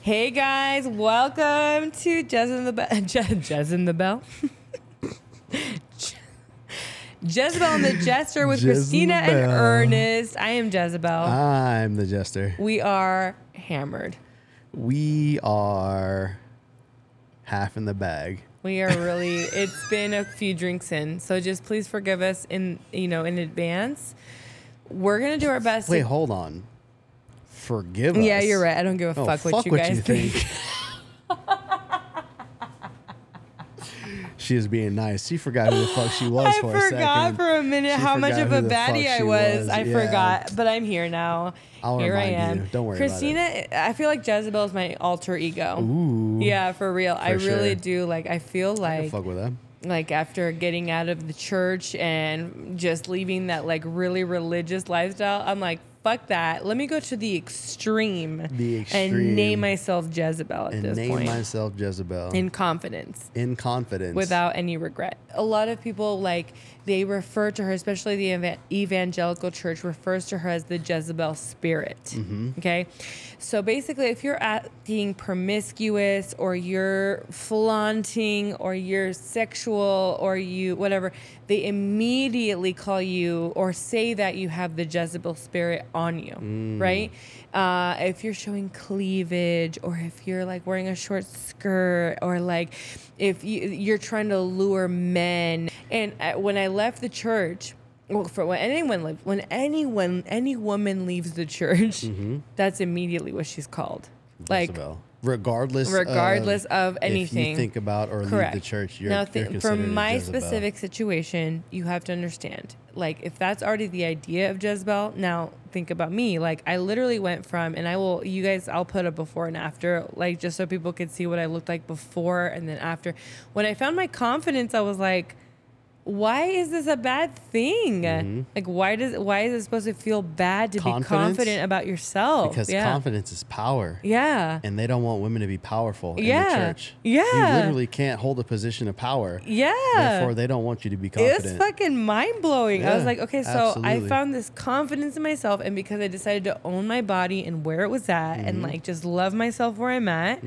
Hey guys, welcome to Jez and the Bell. Jez, Jez and the Bell? Jezebel and the Jester with Jez and the Christina and Bell. Ernest. I am Jezebel. I'm the jester. we are hammered. We are half in the bag. We are really. it's been a few drinks in, so just please forgive us in you know in advance. We're gonna do our best. Wait, to, hold on. Forgive us. yeah, you're right. I don't give a Oh, fuck, what you guys think. she is being nice. She forgot who the fuck she was I for a forgot second. for a minute She how much forgot of who a the fuck baddie I she was. was. I Yeah. forgot, but I'm here now. I'll here I remind am. you. Don't worry about it. Christina, I feel like Jezebel is my alter ego. Ooh. Yeah, for real. I For really sure. do. Like, I feel like fuck with that. like after getting out of the church and just leaving that like really religious lifestyle, I'm like, fuck that. Let me go to the extreme, The and name extreme. myself Jezebel at And this name point myself Jezebel. in confidence in confidence. without any regret. A lot of people like they refer to her, especially the eva- evangelical church refers to her as the Jezebel spirit. Okay, so basically, if you're acting promiscuous or you're flaunting or you're sexual or you whatever, they immediately call you or say that you have the Jezebel spirit on you, right? Uh, if you're showing cleavage or if you're like wearing a short skirt or like if you, you're trying to lure men. And I, when I left the church, well, for when anyone lives, when anyone, any woman leaves the church, that's immediately what she's called. Like, Jezebel. regardless, regardless of Um, If anything. you think about or Correct. leave the church, you're, now, you're thi- for considered a my Jezebel. specific situation, you have to understand. Like, if that's already the idea of Jezebel, now think about me. Like, I literally went from, and I will, you guys, I'll put a before and after, like, just so people could see what I looked like before and then after. When I found my confidence, I was like, why is this a bad thing? Like, why does why is it supposed to feel bad to be Mm-hmm. Confidence? confident about yourself? Because Oh, yeah. confidence is power. yeah, and they don't want women to be powerful in Yeah. the church. Yeah. You literally can't hold a position of power. yeah. Therefore, they don't want you to be confident. It's fucking mind blowing. I was Yeah, like, okay, so I absolutely. found this confidence in myself, and because I decided to own my body and where it was at, Mm-hmm. and like just love myself where I'm at,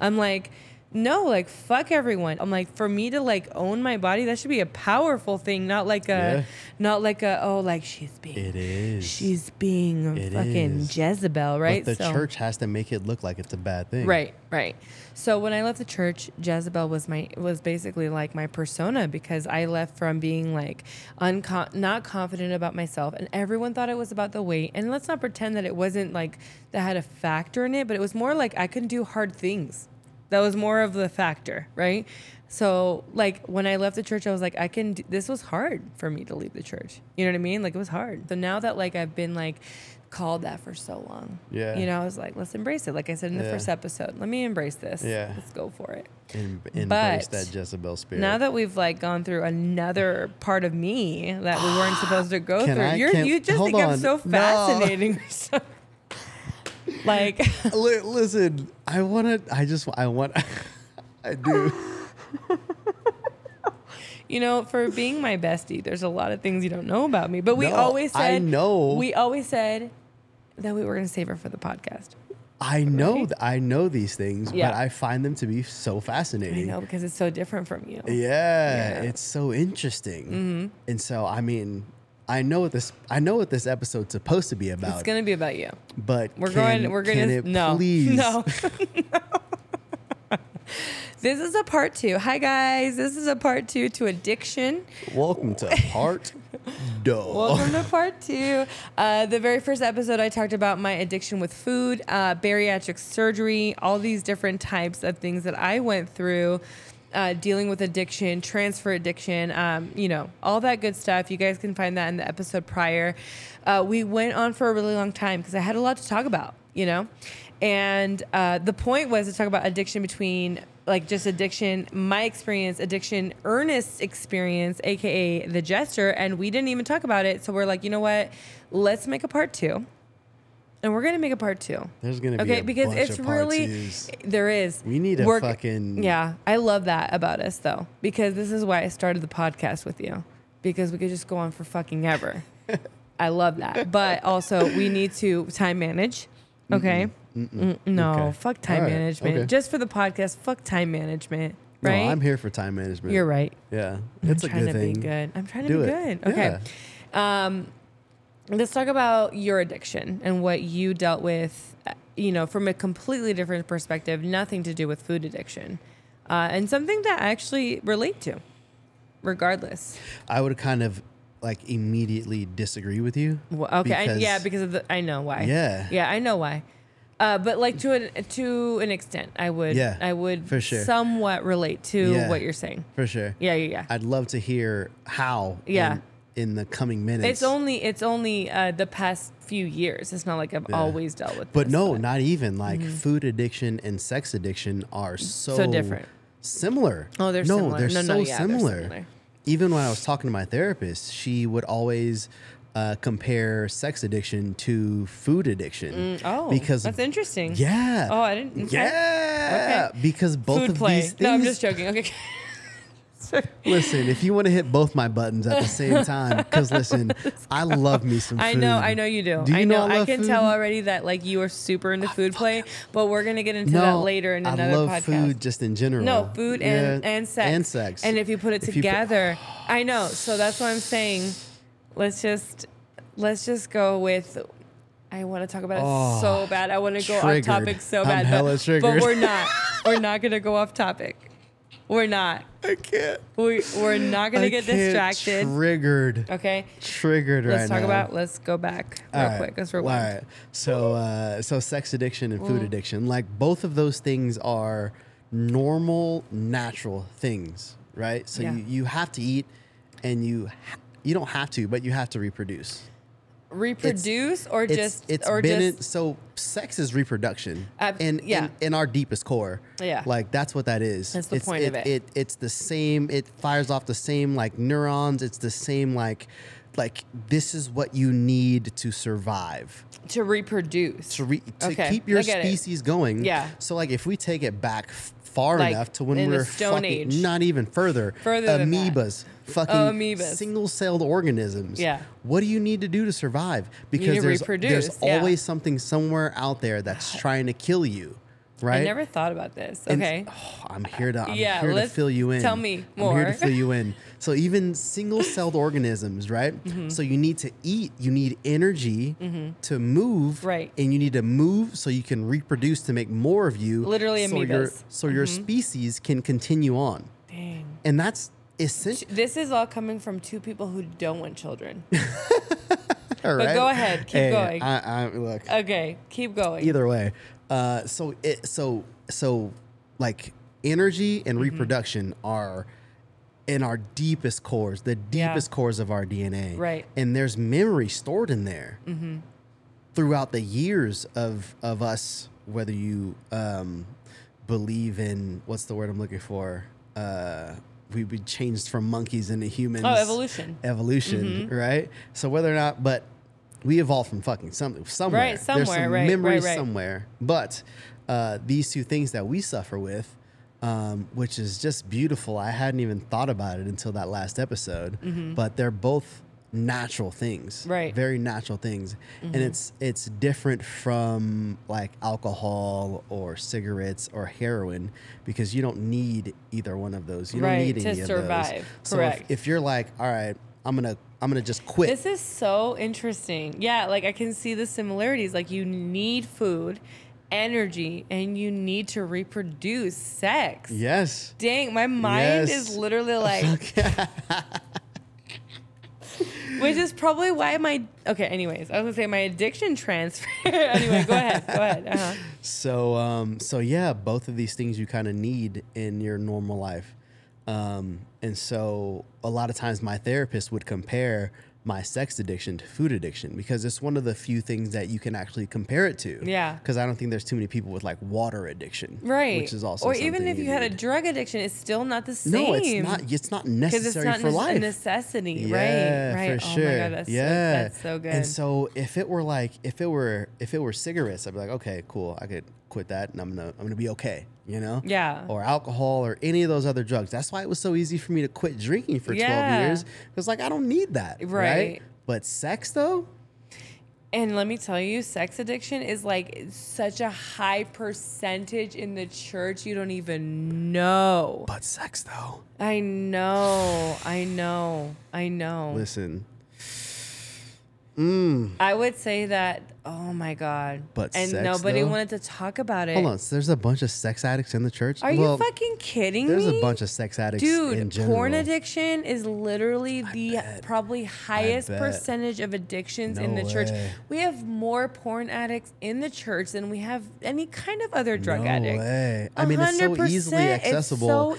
I'm like, no, like fuck everyone. I'm like, for me to like own my body, that should be a powerful thing, not like a, Yeah. not like a, oh, like she's being, It is. she's being It fucking is. Jezebel, right? but the church has to make it look like it's a bad thing. Right, right. So when I left the church, Jezebel was my was basically like my persona because I left from being like uncon- not confident about myself, and everyone thought it was about the weight. And let's not pretend that it wasn't like that had a factor in it, but it was more like I couldn't do hard things. That was more of the factor, right? So like when I left the church, I was like, I can. Do, this was hard for me to leave the church. You know what I mean? Like it was hard. So now that like I've been like called that for so long, Yeah. you know, I was like, let's embrace it. Like I said in the Yeah. first episode, let me embrace this. Yeah. Let's go for it. And embrace that Jezebel spirit. Now that we've like gone through another part of me that we weren't supposed to go Can through, I- you're, can- you just hold think I'm on. so No. fascinating. or something. like, Li- listen, I want to. I just. I want. I do. you know, for being my bestie, there's a lot of things you don't know about me. But we No, always said, I know. We always said that we were going to save her for the podcast. I know. th- I know these things, Yeah. but I find them to be so I fascinating. know because it's so different from you. Yeah, Yeah. Mm-hmm. it's so interesting. And so, I mean, I know what this. I know what this episode's supposed to be about. It's going to be about you. but We're can- going. We're can going to it no, please no. this is a part two. Hi guys, this is a part two to addiction. Welcome to part duh. Welcome to part two. Uh, the very first episode, I talked about my addiction with food, uh, bariatric surgery, all these different types of things that I went through. Uh, dealing with addiction, transfer addiction, um, you know, all that good stuff. You guys can find that in the episode prior. Uh, we went on for a really long time because I had a lot to talk about, you know? And uh, the point was to talk about addiction between like just addiction, my experience, addiction, Ernest's experience, aka the jester, and we didn't even talk about it. So we're like, you know what? Let's make a part two. And we're gonna make a part two. There's gonna be Okay, a because bunch it's of part really twos. there is. We need a We're- fucking- Yeah. I love that about us though, because this is why I started the podcast with you. Because we could just go on for fucking ever. I love that. But also we need to time manage. Okay. Mm, No, Okay. fuck time All right. management. Okay. Just for the podcast, fuck time management. No, Right? I'm here for time management. You're right. Yeah, I'm it's a trying good to thing. be good. I'm trying to Do be it. good. Okay. Um, let's talk about your addiction and what you dealt with, uh, you know, from a completely different perspective, nothing to do with food addiction, uh, and something that I actually relate to, regardless. I would kind of like immediately disagree with you. Wh- Okay, I, because- yeah, because of the, I know why. Yeah. yeah, I know why. Uh, but like to an to an extent, I would Yeah, I would for sure. somewhat relate to Yeah. what you're saying. for sure. Yeah, yeah, yeah. I'd love to hear how. Yeah. In, in the coming minutes. It's only it's only uh, the past few years. It's not like I've always dealt with. But this, no, not even like Mm-hmm. food addiction and sex addiction are so, different. Similar. Oh, they're no, similar. They're No, so no, yeah, they're similar. similar. Even when I was talking to my therapist, she would always uh, compare sex addiction to food addiction. oh, because that's interesting. Yeah. Oh, I didn't- okay. Yeah. Okay. Because both food of play. these things. No, I'm just joking. Okay. Sorry. Listen, if you want to hit both my buttons at the same time, because listen, I love me some. Food. I know, I know you do. Do you I know, I, love can food? tell already that like you are super into food play, but we're gonna get into that later in another I love podcast. food just in general. No, food and, Yeah, and sex. And sex. And if you put it If you put- together, I know. So that's what I'm saying. Let's just let's just go with I want to talk about it Oh, so bad. I want to go triggered. off topic so I'm bad. hella but, triggered. but we're not. We're not going to go off topic. We're not. I can't. We, we're not going I to get can't. distracted. Triggered. okay. Triggered right now. Let's talk about let's go back real All right. quick. Let's rewind. Mm. All right. So, uh, so sex addiction and food addiction, like both of those things are normal, natural things, right? So Yeah. you, you have to eat, and you ha- you don't have to, but you have to reproduce. Reproduce or It's just it's or been just in- so sex is reproduction, Ab- and yeah. in, in our deepest core, Yeah. like that's what that is. That's the It's- point of it. It's the same. It fires off the same like neurons. It's the same like like this is what you need to survive to reproduce. to re- to Okay, keep your I get it. species going. Yeah. So like if we take it back f- far Like, enough to when in the we're Stone fucking, Age. not even further, Further than that. amoebas, fucking Oh, amoebas. single-celled organisms. Yeah. What do you need to do to survive? to Because there's reproduce, there's yeah. always something somewhere out there that's trying to kill you, right? I never thought about this. And- Okay. oh, I'm here to I'm Yeah, here to let's- fill you in. tell me I'm here more. to fill you in. So even single-celled organisms, right? Mm-hmm. So you need to eat, you need energy to move, Right. And you need to move so you can reproduce to make more of you. Literally so your amoebas. Mm-hmm. so your species can continue on. Dang. And that's essential, This is all coming from two people who don't want children. right? go ahead, keep Hey, going. I, I, look, Okay, keep going. either way uh so it so so like energy and Mm-hmm. reproduction are in our deepest cores the Yeah. deepest cores of our dna Right. Mm-hmm. and there's memory stored in there throughout the years of of us whether you um believe in what's the word i'm looking for uh we we changed from monkeys into humans Oh, evolution. Mm-hmm. evolution, right? So whether or not, but we evolved from fucking something somewhere. Right, There's somewhere, some right, memory right, right. somewhere. But uh, these two things that we suffer with, um, which is just beautiful. I hadn't even thought about it until that last episode, but they're both natural things, Mm-hmm. Right. Mm-hmm. Very natural things, and it's it's different from like alcohol or cigarettes or heroin because you don't need either one of those. You Right, don't need to any of those. survive. So if- Correct. if you're like, all right, I'm gonna I'm gonna just quit. This is so interesting. Yeah, like I can see the similarities. Like you need food, energy, and you need to reproduce sex. yes. Dang, my mind Yes. is literally like Which is probably why my okay, anyways, I was gonna say my addiction transfer. anyway, go ahead. Go ahead. Uh-huh. So um so yeah, both of these things you kind of need in your normal life. Um and so a lot of times my therapist would compare my sex addiction to food addiction because it's one of the few things that you can actually compare it to. Yeah. Because I don't think there's too many people with like water addiction. Right. Which is also Or even something if you, had a need. drug addiction, it's still not the same. No, it's not it's not because it's necessary not for nece- life. a necessity, Yeah, right? Right. For oh sure. my god, that's yeah. so, that's so good. And so if it were like if it were if it were cigarettes, I'd be like, okay, cool, I could quit that and I'm gonna I'm gonna be okay, you know? Yeah. Or alcohol or any of those other drugs. That's why it was so easy for me to quit drinking for Yeah. 12 years. It was like I don't need that. Right. Right. But sex though, And let me tell you, sex addiction is like such a high percentage in the church, you don't even know. But sex, though. I know, I know, I know. Listen, Mm, I would say that, oh my God. But and sex, nobody though? wanted to talk about it. hold on. So there's a bunch of sex addicts in the church. Eh. Are well, you fucking kidding There's me? a bunch of sex addicts in Dude, general. porn addiction is literally the bet. probably highest bet. percentage of addictions in No the church. way. We have more porn addicts in the church than we have any kind of other drug no addict. way. I mean, it's so 100%, easily it's accessible, so and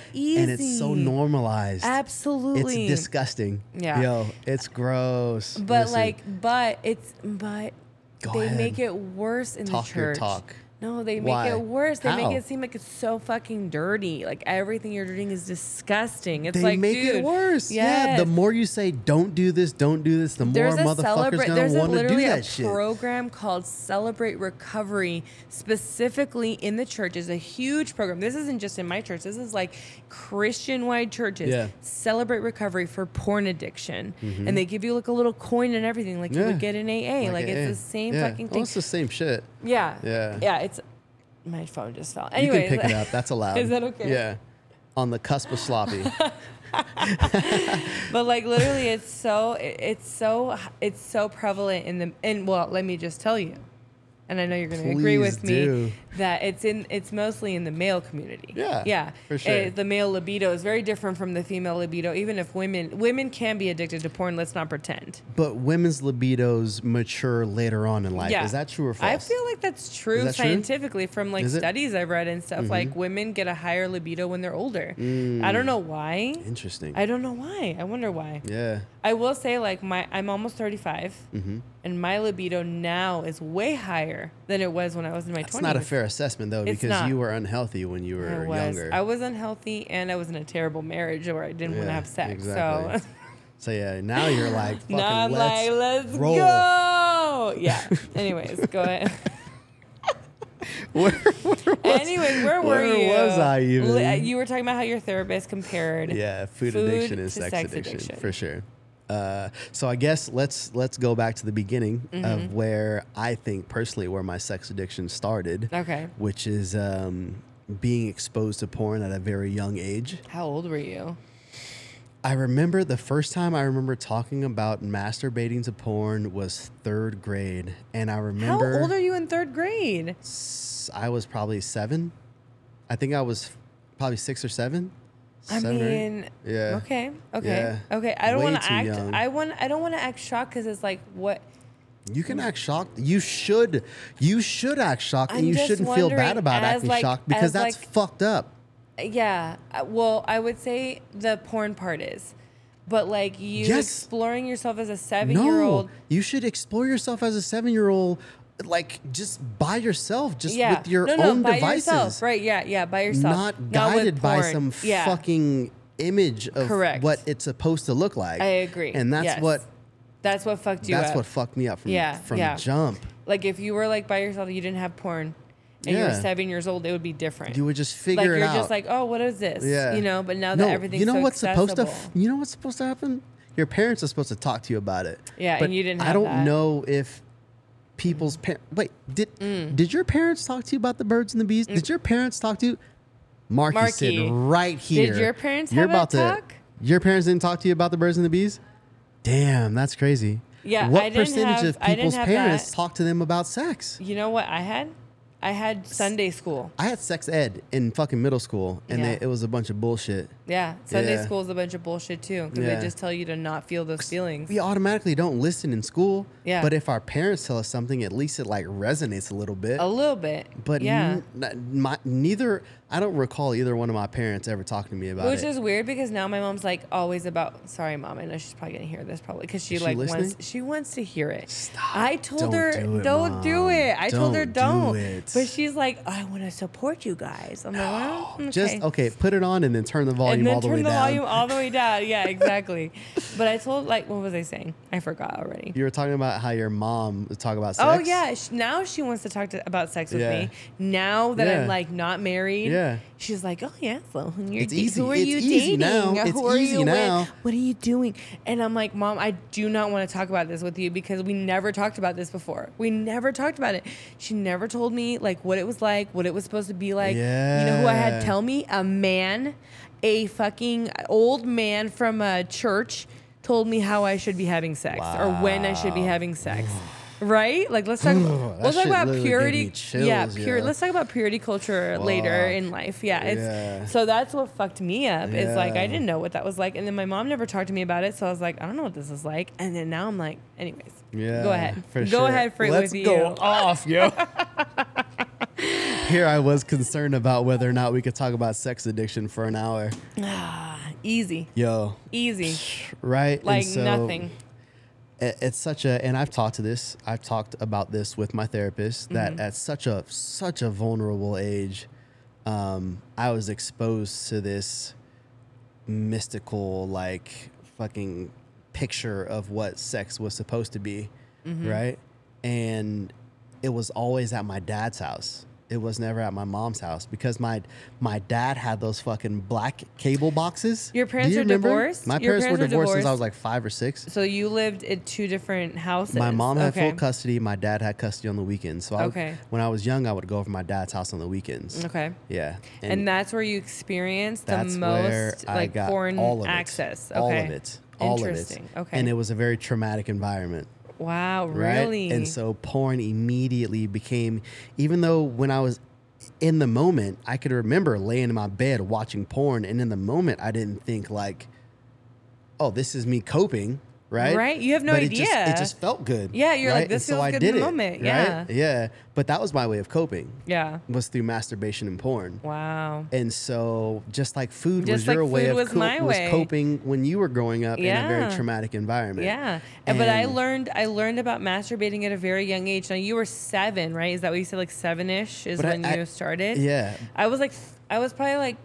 it's so easy. normalized. Absolutely. It's disgusting. Yeah. Yo, it's gross. But Listen, like, but it's but Go they ahead. make it worse in Talk the your church. talk. No, they make Why? it worse. They How? make it seem like it's so fucking dirty. Like everything you're doing is disgusting. It's they like make dude, it worse. Yeah. The yes. more you say, don't do this, don't do this, the more There's a motherfuckers celebrate. gonna There's a, want to do literally that a shit. program called Celebrate Recovery, specifically in the church. Is a huge program. This isn't just in my church. This is like Christian-wide churches. Yeah. Mm-hmm. Celebrate Recovery for porn addiction, and they give you like a little coin and everything, like you Yeah. would get in AA. Like, eh, it's the same yeah. fucking Oh, thing. it's the same shit. yeah. Yeah. Yeah. It's my phone just fell. You Anyway, can pick it up. That's allowed. Is that okay? Yeah. On the cusp of sloppy. but like literally it's so it- it's so it's so prevalent in the and well let me just tell you and i know you're going to agree Please with do. me that it's in it's mostly in the male community Yeah, yeah for sure. Uh, the male libido is very different from the female libido even if women women can be addicted to porn let's not pretend but women's libidos mature later on in life. yeah Is that true or false? i feel like that's true that true? scientifically from like Is it? Mm-hmm. studies i've read and stuff like women get a higher libido when they're older Mm. i don't know why Interesting. i don't know why i wonder why yeah. I will say, like my, I'm almost 35, Mm-hmm. and my libido now is way higher than it was when I was in my It's 20s. not a fair assessment though, It's because not. you were unhealthy when you I were was. younger. I was unhealthy, and I was in a terrible marriage where I didn't want to Yeah, have sex. exactly. So So yeah, now you're like fucking now I'm let's, like, let's roll. go. Yeah. Anyways, go ahead. Where- where was- Anyways, where were Where you? was I even? Li- uh, You were talking about how your therapist compared. yeah, food, food addiction and to sex, sex addiction, addiction. for sure. Uh, so I guess let's let's go back to the beginning Mm-hmm. of where I think personally where my sex addiction started. Okay. Which is um, being exposed to porn at a very young age. How old were you? I remember the first time I remember talking about masturbating to porn was third grade, and I remember How old are you in third grade? s- I was probably seven. I think I was probably six or seven. I Seven or eight. mean, yeah. Okay. Okay. Yeah. Okay. I don't Way want too to act. young. I want. I don't want to act shocked because it's like what. You can act shocked. You should. You should act shocked, I'm and you just shouldn't feel wondering bad about as, acting like- shocked because as, that's like- fucked up. Yeah. uh, Well, I would say the porn part is, but like you Yes. exploring yourself as a seven-year-old. No, you should explore yourself as a seven-year-old, like just by yourself, just Yeah. with your no, no, own by devices, yourself. Right. Yeah. Yeah. By yourself. not with guided by porn. some yeah. fucking image of Correct. what it's supposed to look like. I agree. and that's Yes. what That's what fucked you that's up. what fucked me up from Yeah, from yeah. jump. like if you were like by yourself, you didn't have porn, and you were Yeah. seven years old, it would be different. You would just like figure you're it out. just like, oh, what is this? Yeah. You know. But now No, that everything's you know so what's supposed to f- accessible- you know what's supposed to happen. Your parents are supposed to talk to you about it. Yeah, and but you didn't I have don't that. know if people's parents. Wait, did Mm. did your parents talk to you about the birds and the bees? Did your parents talk to you? Marky, Marky, sitting right here. your parents You're have a about to- talk? Your parents didn't talk to you about the birds and the bees. Damn, that's crazy. Yeah, What I didn't percentage have- of I didn't people's have parents that. talk to them about sex? You know what I had? I had Sunday school. I had sex ed in fucking middle school, and Yeah. they, it was a bunch of bullshit. Yeah, Sunday Yeah. school is a bunch of bullshit too, because Yeah. they just tell you to not feel those feelings. we automatically don't listen in school. Yeah. But if our parents tell us something, at least it like resonates a little bit. A little bit, but yeah, n- n- my, neither I don't recall either one of my parents ever talking to me about which it. is weird because now my mom's like always about. Sorry, mom, I know she's probably gonna hear this probably because she Is she like listening? wants she wants to hear it. Stop. I told Don't her do it, don't do Mom. it. I told her Don't don't. do it." But she's like, I want to support you guys. I'm like, well, okay. Oh, Just okay, put it on and then turn the volume and then all the turn way the down. volume all the way down. Yeah, exactly. but I told like what was I saying? I forgot already. You were talking about how your mom would talk about sex. Oh yeah, Sh- now she wants to talk to, about sex with Yeah. me. Now that Yeah. I'm like not married, Yeah. She's like, oh yeah, so when you're It's da- easy. who are It's you easy dating? now. Who It's are easy you with? now. What are you doing? And I'm like, mom, I do not want to talk about this with you because we never talked about this before. We never talked about it. She never told me like what it was like, what it was supposed to be like. You know who I had Yeah. tell me? A man, a fucking old man from a church told me how I should be having sex or when I should be Wow. having sex. Right? Like let's talk that we'll talk shit about literally gave purity. me chills, yeah, pure. yo. Let's talk about purity culture later Fuck. in life. Yeah, it's Yeah. so that's what fucked me up. It's like I Yeah. didn't know what that was like, and then my mom never talked to me about it. So I was like, I don't know what this is like, and then now I'm like, anyways, Yeah. go ahead, for go sure. ahead, free Let's with go you. off, yo. Here I was concerned about whether or not we could talk about sex addiction for an hour. Easy, Yo, easy, right? And like so- nothing. it- it's such a and i've talked to this i've talked about this with my therapist that Mm-hmm. at such a such a vulnerable age um i was exposed to this mystical like fucking picture of what sex was supposed to be Mm-hmm. right and it was always at my dad's house it was never at my mom's house because my my dad had those fucking black cable boxes. Your Do parents you are remember? divorced? My Your parents, were parents are divorced since I divorced? was like five or six. So you lived at two different houses. My mom had okay. full custody. My dad had custody on the weekends. So I would- Okay. when I was young, I would go over to my dad's house on the weekends. Okay. Yeah. And, that's where you experienced the that's where most I like got foreign all of it, access. All Okay. of it. All of it. Interesting. Okay. And it was a very traumatic environment. Wow, Right. really? And so porn immediately became, even though when I was in the moment, I could remember laying in my bed watching porn. And in the moment, I didn't think like, oh, this is me coping. Right. Right, you have no But it just- idea. it just felt good. Yeah, you're like, right? this And feels I good in the did it, moment, right? yeah. yeah. But that was my way of coping yeah. was through masturbation and porn. Wow. And so, just like food Just was your like way food of was co- my was way. coping when you were growing up in a Yeah. very traumatic environment. Yeah, and, but I And- learned I learned about masturbating at a very young age. Now you were seven, right? Is that what you said? Like seven ish is But I- when I- you started. Yeah. I was like, I was probably like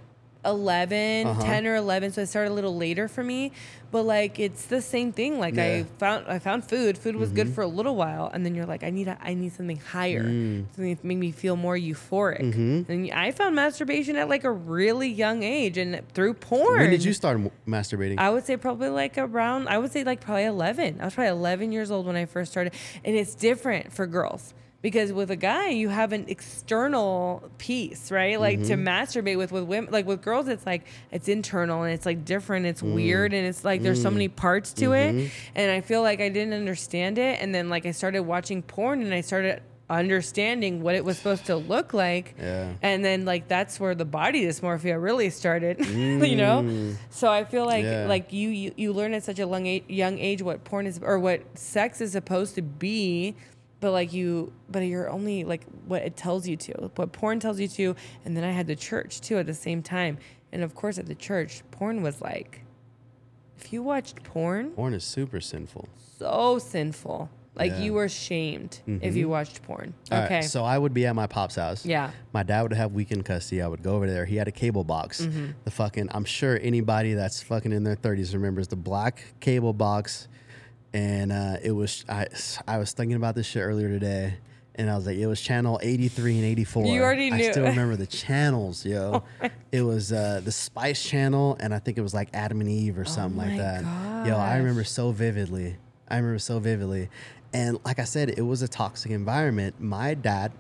11, Uh-huh. 10 or 11. So I started a little later for me, but like, it's the same thing. Like I Yeah. Mm-hmm. found, I found food, food was good for a little while. And then you're like, I need, a, I need something higher. Mm. Something to make me feel more euphoric. Mm-hmm. And I found masturbation at like a really young age and through porn. When did you start m- masturbating? I would say probably like around, I would say like probably 11. I was probably 11 years old when I first started. And it's different for girls because with a guy, you have an external piece, right? Like to masturbate with, with women, like with girls, it's like it's internal and it's like different, it's weird. And it's like there's so many parts to it. And I feel like I didn't understand it. And then like I started watching porn and I started understanding what it was supposed to look like. Yeah. And then like that's where the body dysmorphia really started, you know? So I feel like Yeah. like you, you you learn at such a long age, young age what porn is or what sex is supposed to be, but like you but you're only like what it tells you to, what porn tells you to, and then I had the church too at the same time. And of course at the church, porn was like if you watched porn, porn is super sinful. so sinful. Like Yeah. Mm-hmm. you were shamed if you watched porn. All right, okay. so I would be at my pop's house. Yeah. My dad would have weekend custody. I would go over there. He had a cable box. Mm-hmm. The fucking I'm sure anybody that's fucking in their 30s remembers the black cable box. And uh, it was I I was thinking about this shit earlier today, and I was like, it was channel 83 and 84. You already I knew. Oh still remember the channels, yo. it was uh, the Spice Channel, and I think it was like Adam and Eve or something like Oh my that. Yo, gosh. I remember remember so vividly. I remember so vividly. And like I said, it was a toxic environment. My dad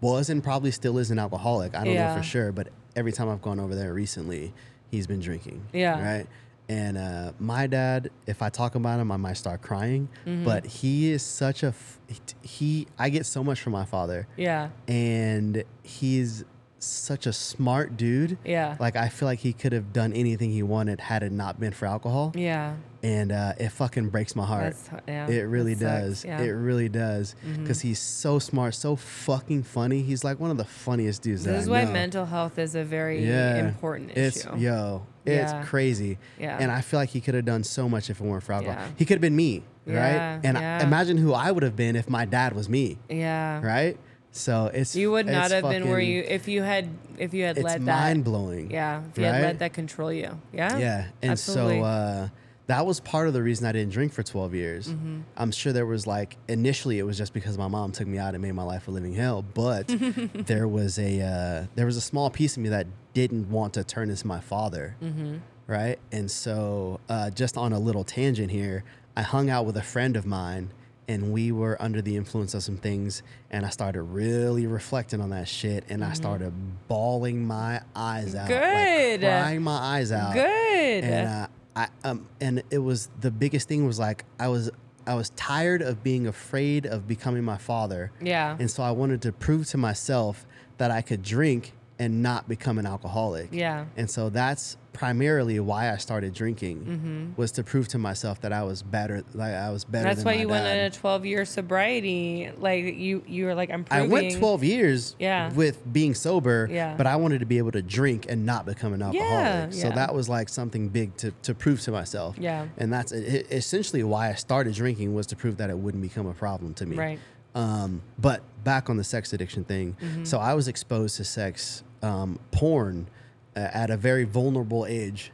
was and probably still is an alcoholic. I don't Yeah. know for sure, but every time I've gone over there recently, he's been drinking. Yeah. Right. And uh, my dad, if I talk about him, I might start crying. Mm-hmm. But he is such a, f- he, I get so much from my father yeah. and he's such a smart dude. Yeah. Like I feel like he could have done anything he wanted had it not been for alcohol. Yeah. And uh, it fucking breaks my heart. That's- yeah, it really that does. sucks, yeah. Mm-hmm. It really does. Because he's so smart, so fucking funny. He's like one of the funniest dudes that This is I why know. mental health is a very important It's issue. yo, it's Yeah. crazy. Yeah. And I feel like he could have done so much if it weren't for alcohol. Yeah. He could have been me, Yeah, right? And I- yeah. imagine who I would have been if my dad was me, Yeah. right? So it's You would not it's have been where fucking- you if you had if you had it's let that mind blowing. yeah if you had right? let that control you yeah Yeah, and absolutely. so uh, that was part of the reason I didn't drink for 12 years. Mm-hmm. I'm sure there was like initially it was just because my mom took me out and made my life a living hell, but there was a uh, there was a small piece of me that didn't want to turn into my father, Mm-hmm. right? And so, uh, just on a little tangent here, I hung out with a friend of mine, and we were under the influence of some things, and I started really reflecting on that shit, and Mm-hmm. I started bawling my eyes out, like, Good. crying my eyes out, Good. and uh, I um and it was the biggest thing was like I was I was tired of being afraid of becoming my father. Yeah. And so I wanted to prove to myself that I could drink and not become an alcoholic. Yeah. And so that's primarily why I started drinking was to prove to myself that I was better like I was better Mm-hmm. That's than why my you went dad. on a 12 year sobriety. Like you, you were like, I'm I proving. went 12 years Yeah. with being sober, Yeah. but I wanted to be able to drink and not become an alcoholic. So yeah. that was like something big to, to prove to myself. Yeah. And that's e- e- essentially why I started drinking was to prove that it wouldn't become a problem to me. Right. Um, but back on the sex addiction thing. So I was exposed to sex um, porn uh, at a very vulnerable age.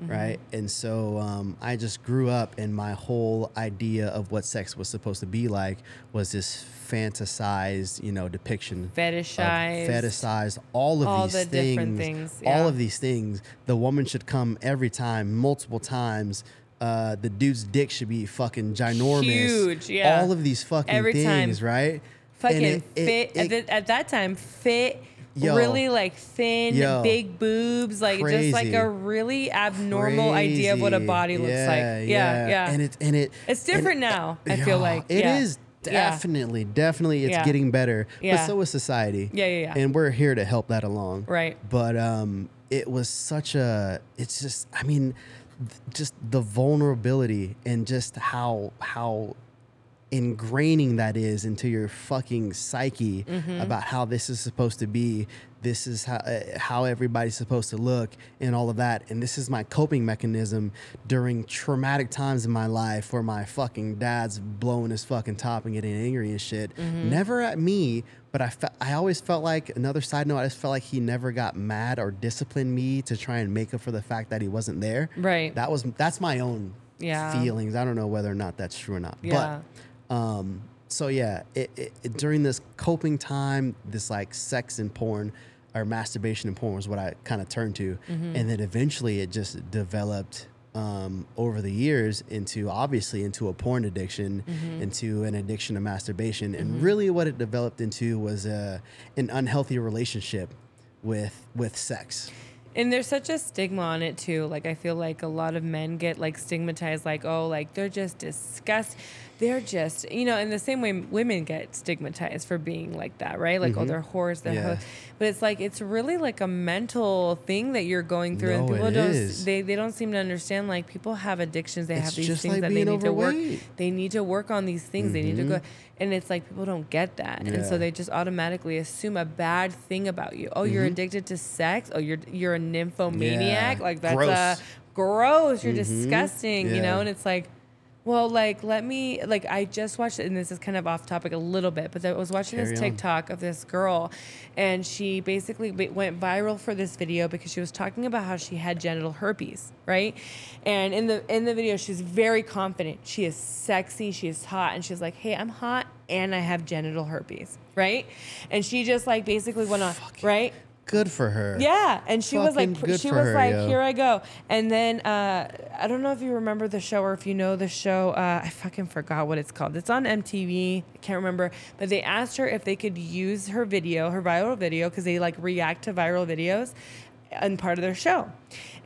Right. And so um, I just grew up, and my whole idea of what sex was supposed to be like was this fantasized, you know, depiction of Fetishized. Fetishized. All of All these the things, different things, All yeah. of these things. The woman should come every time, multiple times. Uh, the dude's dick should be fucking ginormous. Huge, yeah. All of these fucking Every time. things, right? And Fucking it- it- fit. at, it- the- at that time, fit. Yo. really like thin, Yo. big boobs, like just like Crazy. a really abnormal idea of what a Crazy. body looks like. Yeah, yeah. And it and it It's and different it- now, I yeah, feel like. it is Yeah. Yeah. definitely, definitely it's Yeah. getting better. But Yeah. so is society. Yeah, yeah, yeah. And we're here to help that along. Right. But um it was such a it's just I mean th- just the vulnerability and just how how ingraining that is into your fucking psyche Mm-hmm. about how this is supposed to be this is how uh, how everybody's supposed to look and all of that and this is my coping mechanism during traumatic times in my life where my fucking dad's blowing his fucking top and getting angry and shit Mm-hmm. never at me but I, fe- I always felt like another side note i just felt like he never got mad or disciplined me to try and make up for the fact that he wasn't there Right. that was that's my own Yeah. feelings i don't know whether or not that's true or not Yeah. but um so yeah it, it, it- during this coping time this like sex and porn or masturbation and porn was what i kind of turned to Mm-hmm. and then eventually it just developed um, over the years into obviously into a porn addiction Mm-hmm. into an addiction to masturbation and really what it developed into was a, an unhealthy relationship with with sex And there's such a stigma on it too. Like I feel like a lot of men get like stigmatized, like oh, like they're just disgust. They're just you know, in the same way women get stigmatized for being like that, right? Like oh, they're whores, they're Mm-hmm. Yeah. ho-" But it's like it's really like a mental thing that you're going through, and No, people it don't is. they they don't seem to understand. Like people have addictions, they have It's these just things like that they being need to work. overweight. They need to work on these things. They need to go, and it's like people don't get that, and Mm-hmm. Yeah. so they just automatically assume a bad thing about you. Oh, you're addicted to sex. Oh, you're you're a nymphomaniac. Mm-hmm. Yeah. Like that's Gross. Mm-hmm. uh, gross. You're disgusting. You Yeah. know, and it's like. Well, like, let me, like, I just watched it, and this is kind of off topic a little bit, but I was watching Carry this on. TikTok of this girl, and she basically b- went viral for this video because she was talking about how she had genital herpes, right? And in the in the video, she's very confident. She is sexy. She is hot, and she's like, "Hey, I'm hot, and I have genital herpes," right? And she just like basically went on, right? good for her Yeah, and she was Fucking like, pr- good she for was her, like, yo. here I go. And then uh, I don't know if you remember the show or if you know the show. Uh, I fucking forgot what it's called. It's on MTV. I can't remember. But they asked her if they could use her video, her viral video, because they like react to viral videos, and part of their show.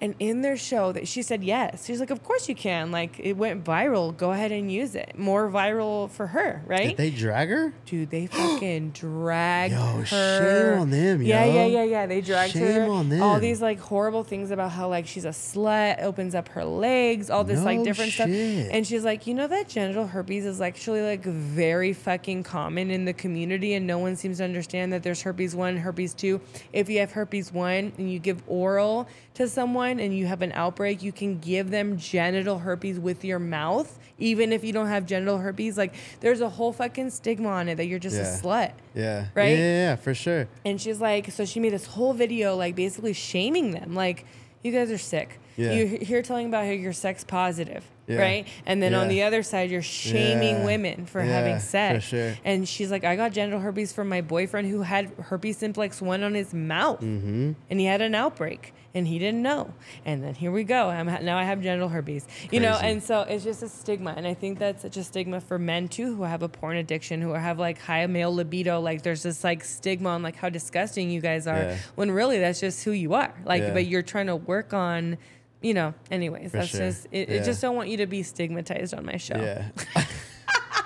And in their show, that she said yes. She's like, of course you can. Like it went viral. Go ahead and use it. More viral for her, right? did they drag her Dude, they fucking dragged Yo, shame her. on them, Yeah, yo. yeah, yeah, yeah. They dragged her. Shame on All them. these like horrible things about how like she's a slut, opens up her legs, all this No like different stuff. shit. And she's like, you know that genital herpes is actually like very fucking common in the community, and no one seems to understand that there's herpes one, herpes two. If you have herpes one and you give oral to someone and you have an outbreak, you can give them genital herpes with your mouth, even if you don't have genital herpes. Like there's a whole fucking stigma on it that you're just Yeah. a slut. Yeah. Right? Yeah, yeah, yeah, for sure. And she's like, so she made this whole video, like basically shaming them. Like, you guys are sick. Yeah. You hear telling about how you're sex positive, Yeah. right? And then on Yeah. the other side, you're shaming Yeah. women for Yeah, having for sex. sure. And she's like, I got genital herpes from my boyfriend who had herpes simplex one on his mouth, Mm. and he had an outbreak. And he didn't know, and then here we go. I'm ha- now I have genital herpes, you know, Crazy. and so it's just a stigma, and I think that's such a stigma for men too, who have a porn addiction, who have like high male libido. Like there's this like stigma on like how disgusting you guys are, Yeah. when really that's just who you are. Like, Yeah. but you're trying to work on, you know. Anyways, that's sure. just it, Yeah. I just don't want you to be stigmatized on my show. Yeah.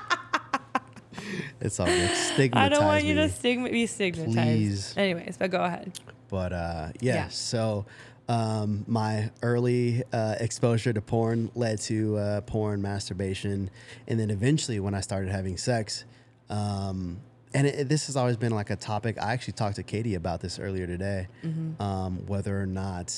it's all good. Stigmatize I don't want you me. to stigma- be stigmatized. Please. Anyways, but go ahead. But uh, yeah, Yeah. so um, my early uh, exposure to porn led to uh, porn, masturbation, and then eventually when I started having sex, um, and it, this has always been like a topic. I actually talked to Katie about this earlier today, um, whether or not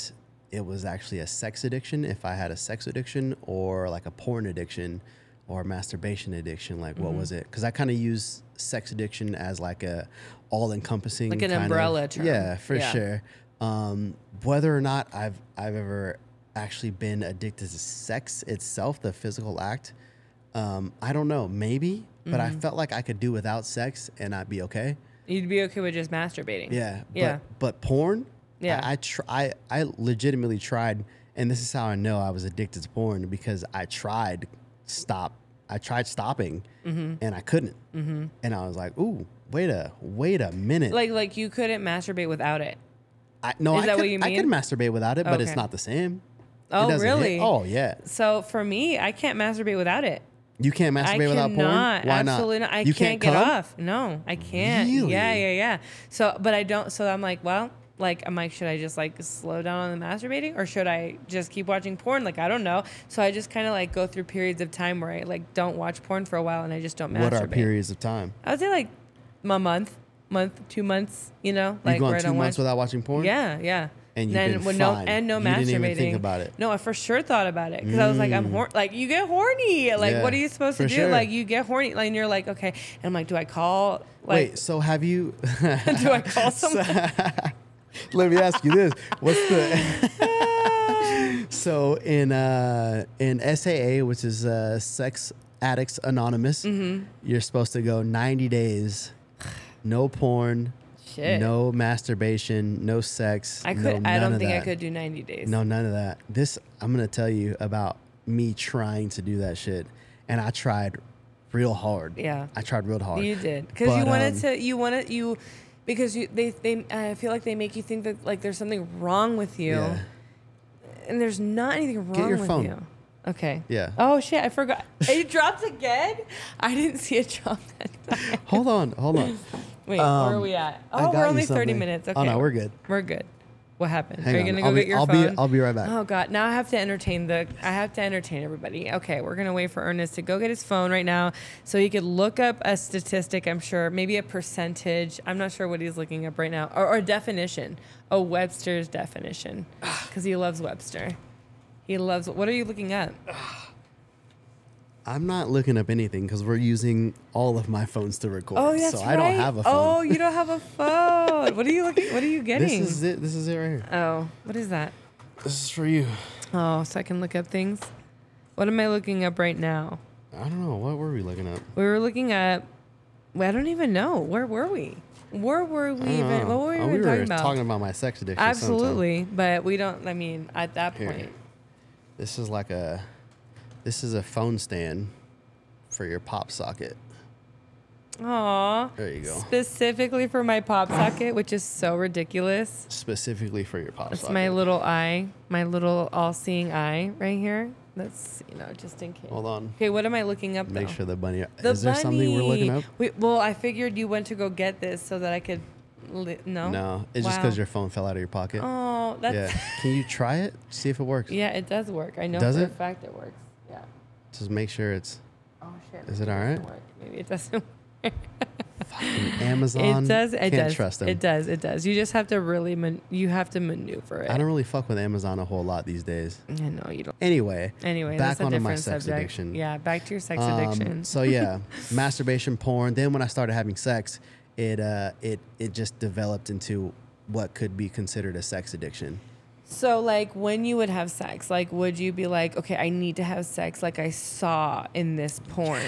it was actually a sex addiction, if I had a sex addiction or like a porn addiction or a masturbation addiction, like what was it? Because I kind of use sex addiction as like a all-encompassing, Like an kind of- umbrella term. Yeah, for Yeah. sure. Um, whether or not I've I've ever actually been addicted to sex itself, the physical act, um, I don't know. Maybe, but Mm-hmm. I felt like I could do without sex and I'd be okay. You'd be okay with just masturbating. Yeah. But, Yeah. But porn. Yeah. I I, tr- I I legitimately tried, and this is how I know I was addicted to porn because I tried stop. I tried stopping, and I couldn't. Mm-hmm. And I was like, "Ooh, wait a wait a minute." Like like you couldn't masturbate without it. I, no, Is I that could, what you I could mean? masturbate without it, but it's Okay. not the same. It Oh, doesn't hit. really? Oh, yeah. So for me, I can't masturbate without it. You can't masturbate I without porn. cannot. Why Absolutely not. not? I you can't, get come? off. No, I can't. Really? Yeah, yeah, yeah. So, but I don't. So I'm like, well, like I'm like, should I just like slow down on the masturbating, or should I just keep watching porn? Like I don't know. So I just kind of like go through periods of time where I like don't watch porn for a while and I just don't masturbate. What are periods of time? I would say like a month, month, two months. You know, like You've gone where I two don't months watch. without watching porn. Yeah, yeah. And you've then been with fine. no and no You masturbating. didn't even think about it. Mm. No, I for sure thought about it because I was like, I'm hor- like you get horny. Like, Yeah, what are you supposed to for do? sure. Like, you get horny, like, and you're like, okay. And I'm like, do I call? Like, Wait. So have you? do I call someone? let me ask you this: What's the? so in uh, in SAA, which is uh, Sex Addicts Anonymous, Mm-hmm. you're supposed to go 90 days, no porn, Shit. no masturbation, no sex. I no could. I none don't of think I that. could do 90 days. No, none of that. This I'm gonna tell you about me trying to do that shit, and I tried real hard. Yeah. I tried real hard. You did because you But, wanted um, to. You wanted you because you they they. I feel like they make you think that like there's something wrong with you, Yeah. and there's not anything wrong your with phone. you. Okay. Yeah. Oh shit! I forgot. It dropped again. I didn't see it drop that time. Hold on, hold on. Wait, where are Um, we at? I Oh, got we're you only 30 something. minutes. Okay. Oh, no, we're good. We're good. What happened? Hang are on. you gonna go I'll be- get your I'll be- phone? I'll be right back. Oh god, now I have to entertain the. I have to entertain everybody. Okay, we're gonna wait for Ernest to go get his phone right now, so he could look up a statistic. I'm sure, maybe a percentage. I'm not sure what he's looking up right now, or, or a definition. A Webster's definition, because he loves Webster. He loves. What are you looking up? I'm not looking up anything because we're using all of my phones to record. Oh, that's so right. I don't have a Oh, phone. you don't have a phone. what are you looking? What are you getting? this is it. This is it right here. oh, what is that? This is for you. Oh, so I can look up things. What am I looking up right now? I don't know. What were we looking up? We were looking up. well, I don't even know. Where were we? Where were we I don't even? know. What were we Oh, even talking about? my sex addiction. sometime. Absolutely, but we don't. I mean, at that Here. point, This is like a. This is a phone stand, for your pop socket. aw. There you go. Specifically for my pop socket, which is so ridiculous. Specifically for your pop It's socket. my little eye, my little all-seeing eye right here. That's you know just in case. Hold on. Okay, what am I looking up? Make though? sure the bunny. Oh. The is there something we're looking bunny. up? We, well, I figured you went to go get this so that I could. Li- no. No, it's just because Wow. your phone fell out of your pocket. Oh, yeah. that's. Yeah. Can you try it? See if it works. it does work. I know Does for a it? fact it works. Yeah. Just make sure it's Oh shit. Is maybe it all doesn't right? work. Maybe it doesn't. work. fucking Amazon. It does. It Can't does. trust them. It does. It does. You just have to really. Man- you have to maneuver it. I don't really fuck with Amazon a whole lot these days. I know you don't. Anyway. Anyway, back that's a onto different my sex subject. addiction. Yeah, back to your sex Um, addiction. so yeah, masturbation, porn. Then when I started having sex, it uh, it it just developed into what could be considered a sex addiction. So, like, when you would have sex, like, would you be like, okay, I need to have sex like I saw in this porn?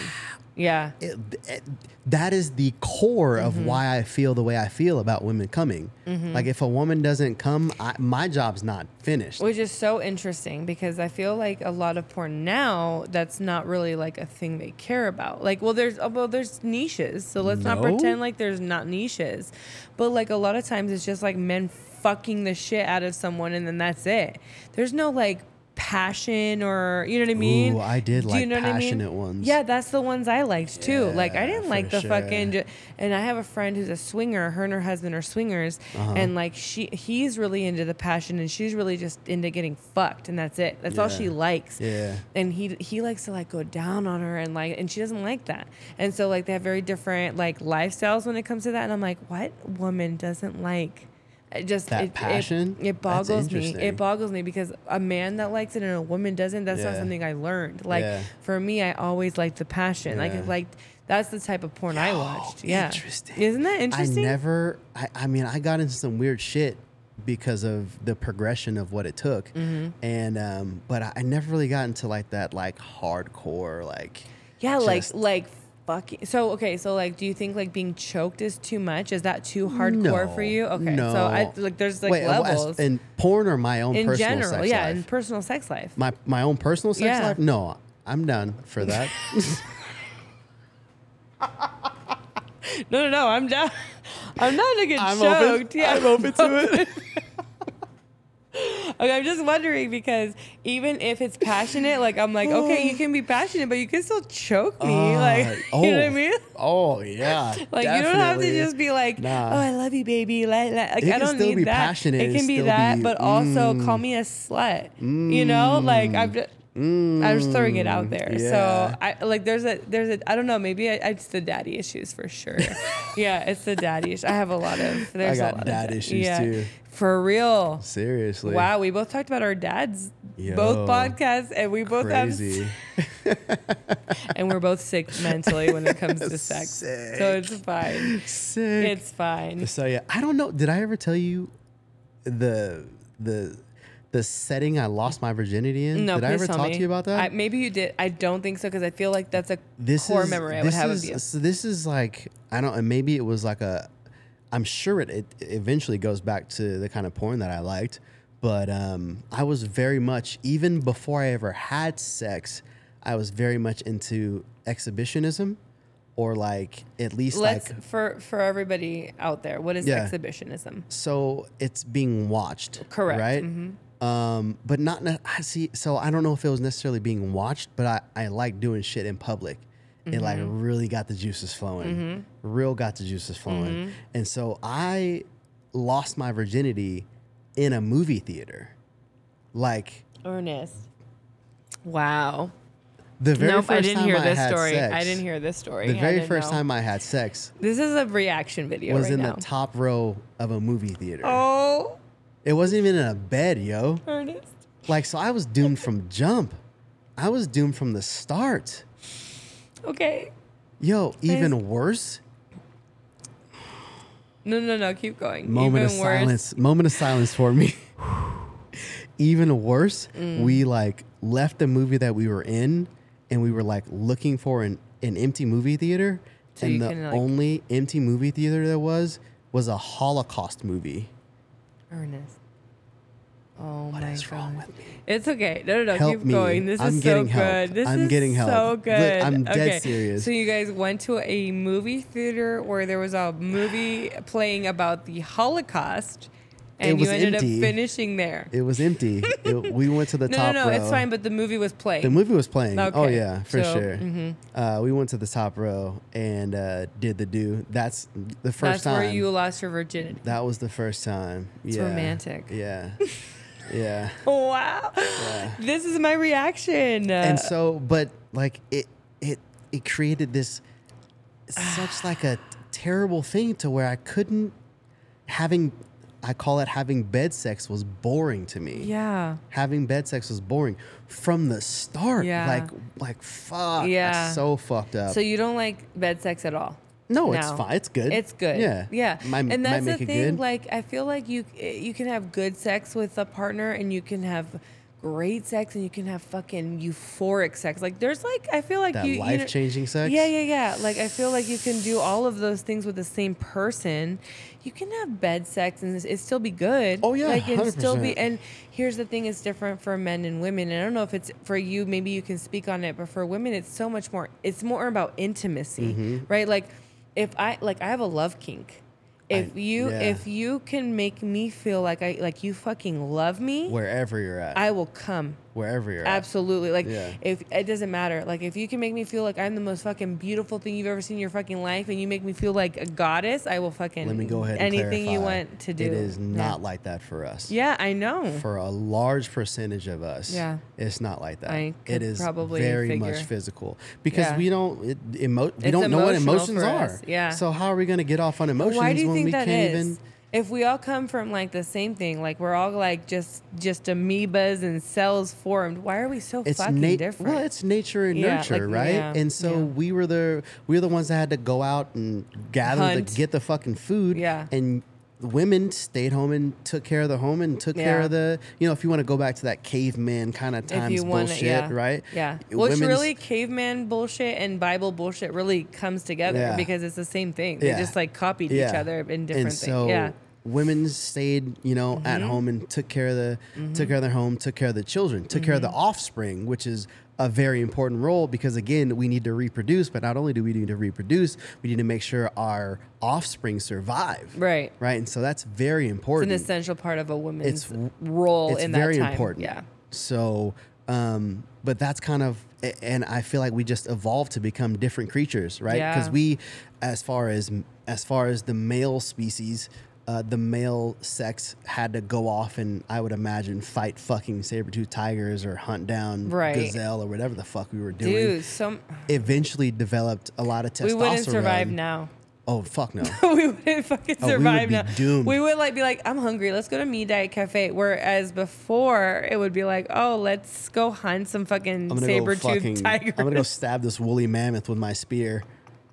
Yeah. it, it- that is the core of Mm-hmm. why I feel the way I feel about women coming. Like if a woman doesn't come, I, my job's not finished. Which is so interesting because I feel like a lot of porn now that's not really like a thing they care about. Like, well, there's oh, well, there's niches, so let's not No. pretend like there's not niches. But like a lot of times, it's just like men fucking the shit out of someone, and then that's it. There's no like passion or you know what I mean. Ooh, I did Do like passionate ones. Yeah, that's the ones I liked too. like I Yeah, didn't for like the sure. fucking. ju- And I have a friend who's a swinger. Her and her husband are swingers, and like she, he's really into the passion, and she's really just into getting fucked, and that's it. That's all Yeah. she likes. Yeah. And he he likes to like go down on her, and like, and she doesn't like that. And so like they have very different like lifestyles when it comes to that. And I'm like, what woman doesn't like? It just That it, it- passion? It, That's boggles me. It interesting. boggles me because a man that likes it and a woman doesn't. That's not Yeah. something I learned. Like Yeah. for me, I always liked the passion. Like Yeah. like that's the type of porn I watched. Yeah, interesting. Isn't that interesting? I never. I, I mean, I got into some weird shit because of the progression of what it took, Mm-hmm. and um, but I, I never really got into like that like hardcore like. yeah, just- like like fucking. So okay, so like, do you think like being choked is too much? Is that too hardcore for No, you? Okay, no. so I like there's like Wait, as- levels in, in porn or my own personal general. sex yeah, life? in personal sex life. my my own personal sex Yeah. life? No, I'm done for that. No, no, no. I'm down. I'm not gonna get I'm choked. open. Yeah, I'm open to it. Okay, I'm just wondering because even if it's passionate, like I'm like, okay, you can be passionate, but you can still choke me. like, Uh, you know what I mean? Oh yeah. Like you don't have to definitely. just be like, Nah. oh, I love you, baby. Like, like, like, It I can don't still need be that. passionate it and can be still that, be, mm. but also call me a slut. You know, like I'm just. I'm just throwing it out there. Mm, yeah. So I like there's a there's a I don't know maybe I, I- it's the daddy issues for sure. yeah, it's the daddy issues. I have a lot of there's got a lot dad of issues, too. For real. seriously. Wow, we both talked about our dads, both Yo, podcasts, and we both have, Crazy. and we're both sick mentally when it comes to sex. So it's fine. Sick. It's fine. So yeah, I don't know. Did I ever tell you the the the setting I lost my virginity in? No, Did I please ever tell talk me. to you about that? I, maybe you did. I don't think so because I feel like that's a this core is, memory I would this have is, of you. So this is like I don't. and Maybe it was like a. I'm sure it, it eventually goes back to the kind of porn that I liked, but um, I was very much even before I ever had sex, I was very much into exhibitionism, or like at least Let's like for for everybody out there. What is Yeah. exhibitionism? so it's being watched. Correct, Mm-hmm. Right. Um, but not ne- I see. So I don't know if it was necessarily being watched, but I I like doing shit in public. It like Mm-hmm. really got the juices flowing. Real got the juices flowing. Mm-hmm. And so I lost my virginity in a movie theater. Like Ernest. Wow. the very nope, first I didn't time hear I this had story. sex. I didn't hear this story. the I very didn't first know. time I had sex This is a reaction video was right in now. the top row of a movie theater. oh, It wasn't even in a bed, yo. Ernest. Like, so I was doomed from jump. I was doomed from the start. Okay. Yo, even worse, No, no, no. Keep going. moment Even of worse. silence. Moment of silence for me. even worse, Mm. we like left the movie that we were in and we were like looking for an, an empty movie theater. So you and the can, like- only empty movie theater there was was a Holocaust movie. Ernest. Oh my is god. wrong with me? It's okay. No, no, no. Help Keep me. going. This I'm is so getting good. help. This I'm is getting help. so Look, good. I'm dead serious. So you guys went to a movie theater where there was a movie playing about the Holocaust, and you was ended empty. up finishing there. It was empty. It- we went to the no, no, top no. row. It's fine, but the movie was playing. The movie was playing. Oh Okay. yeah, for So, mm-hmm. sure. Uh, we went to the top row and uh, did the do. That's the That's first time. where you lost your virginity. that was the first time. It's romantic. Yeah, yeah. Wow. This is my reaction. And so, but like it, it, it created this such like a terrible thing to where I couldn't having. I call it having bed sex was boring to me. yeah. Having bed sex was boring from the start. Yeah. Like, like fuck. that's Yeah. So fucked up. So you don't like bed sex at all? No, it's now. fine. It's good. It's good. Yeah. yeah. Might, and might that's make the it thing. good. Like, I feel like you you can have good sex with a partner, and you can have great sex, and you can have fucking euphoric sex. Like, there's like I feel like that you you know- life changing sex. Yeah, yeah, yeah. Like I feel like you can do all of those things with the same person. You can have bed sex and it still be good. Oh, yeah, like and still be. 100%. And here's the thing: it's different for men and women. And I don't know if it's for you. Maybe you can speak on it, but for women, it's so much more. It's more about intimacy, Mm-hmm. right? Like if I like, I have a love kink. If I- you yeah. if you can make me feel like I like you fucking love me, Wherever you're at. I will come. wherever you're at. Absolutely. Like Yeah. if it doesn't matter. Like if you can make me feel like I'm the most fucking beautiful thing you've ever seen in your fucking life and you make me feel like a goddess, I will fucking Let me go ahead. And anything you clarify. want to do. It is not yeah. like that for us. Yeah, I know. For a large percentage of us, Yeah. it's not like that. I could it is probably very much figure. physical because Yeah. we don't it, emo- we It's don't know what emotional emotions for are. us, yeah. So how are we going to get off on emotions Why do you when think we that can't is? even? If we all come from like the same thing, like we're all like just just amoebas and cells formed, why are we so it's fucking nat- different? Well, it's nature and Yeah, nurture, like, right? yeah, and so yeah. we were the we were the ones that had to go out and gather Hunt. to get the fucking food. Yeah. And women stayed home and took care of the home and took care Yeah. of the you know if you want to go back to that caveman kind of times wanna- bullshit, yeah. right? Yeah. It- Which women's- really caveman bullshit and Bible bullshit really comes together Yeah. because it's the same thing. They Yeah. just like copied each Yeah. other in different and so things. Yeah. Mm-hmm. Women stayed, you know, at home and took care of the took care of their home, took care of the children, took care of Mm-hmm. the offspring, which is a very important role because again, we need to reproduce, but not only do we need to reproduce, we need to make sure our offspring survive. Right. Right. And so that's very It's important. an essential part of a woman's It's w- role it's in that very time. important. Yeah. So um but that's kind of a- and I feel like we just evolved to become different creatures, right? Because Yeah. we as far as as far as the male species uh, the male sex had to go off and I would imagine fight fucking saber-toothed tigers or hunt down Right. gazelle or whatever the fuck we were doing. Dude, some Eventually developed a lot of testosterone. we wouldn't survive now. Oh fuck no. we wouldn't fucking Oh, we would survive be now. doomed. We would like be like, I'm hungry. Let's go to Me Diet Cafe. Whereas before, it would be like, oh, let's go hunt some fucking I'm gonna saber go fucking, toothed tiger. I'm gonna go stab this woolly mammoth with my spear.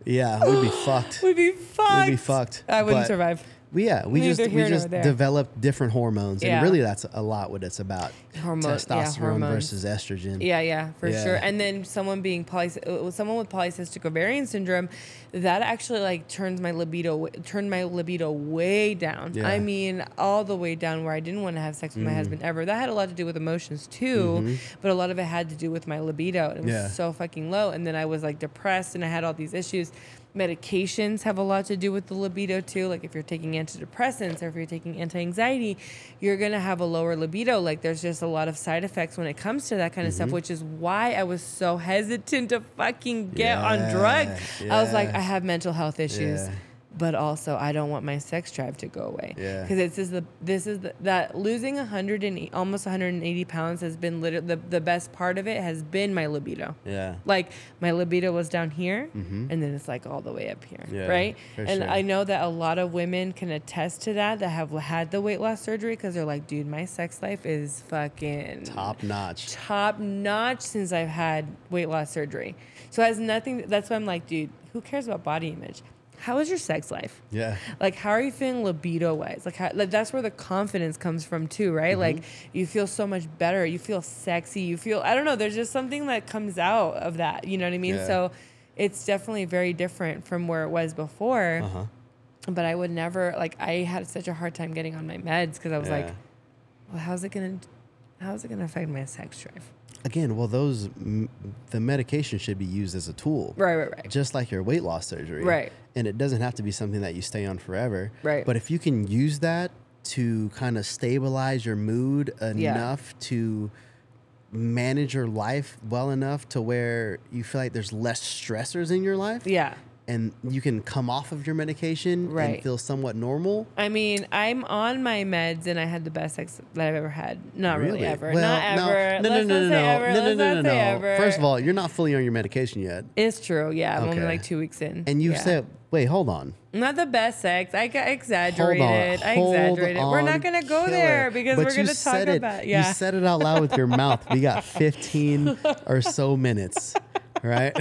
Yeah, we'd be fucked. We'd be fucked. We'd be fucked. I wouldn't But- survive. We, yeah, we Neither just here we nor just there. developed different hormones, Yeah. and really that's a lot what it's about. Hormo- yeah, Testosterone hormones. versus estrogen. Yeah, yeah, for Yeah. sure. And then someone being poly- uh, someone with polycystic ovarian syndrome, that actually like turns my libido turned my libido way down. Yeah. Mm-hmm. I mean, all the way down where I didn't want to have sex with my husband ever. That had a lot to do with emotions too, but a lot of it had to do with my libido. It was Yeah. so fucking low, and then I was like depressed, and I had all these issues. Medications have a lot to do with the libido too. Like if you're taking antidepressants or if you're taking anti-anxiety, you're gonna have a lower libido. Like there's just a lot of side effects when it comes to that kind of stuff, Mm-hmm. which is why I was so hesitant to fucking get on drugs. Yeah, I was like, yeah. I have mental health issues. Yeah. But also, I don't want my sex drive to go away. Yeah. Because this is the this is the, that losing 100 and e, almost 180 pounds has been literally the, the best part of it has been my libido. Yeah. Like my libido was down here, and then it's like all the way up here, Mm-hmm. Yeah, right? for And sure. I know that a lot of women can attest to that that have had the weight loss surgery because they're like, dude, my sex life is fucking Top notch. top notch since I've had weight loss surgery. So it has nothing. That's why I'm like, dude, who cares about body image? How is your sex life? Yeah. Like, how are you feeling libido wise? Like, how, like, that's where the confidence comes from, too, right? Mm-hmm. Like, you feel so much better. You feel sexy. You feel, I don't know, there's just something that comes out of that. You know what I mean? Yeah. So, it's definitely very different from where it was before. Uh-huh. But I would never, like, I had such a hard time getting on my meds because I was Yeah. like, well, how's it going to, how's it going to affect my sex drive? Again, well, those m- the medication should be used as a tool. Right, right, right. just like your weight loss surgery. Right. And it doesn't have to be something that you stay on forever. Right. But if you can use that to kind of stabilize your mood enough to manage your life well enough to where you feel like there's less stressors in your life Yeah. and you can come off of your medication and Right. feel somewhat normal. I mean, I'm on my meds and I had the best sex that I've ever had. Not really, Really? ever. Well, not ever. No, no, Let's no, not say no, no, no, ever. no, Let's no, not no, say no, ever. First of all, you're not fully on your medication yet. it's true. Yeah, I'm Okay. only like two weeks in. And you yeah. said, wait, hold on. not the best sex. I got exaggerated. I hold exaggerated. We're on, not gonna go killer. there because But we're you gonna talk said it. about yeah. You said it out loud with your mouth. We got 15 or so minutes, right?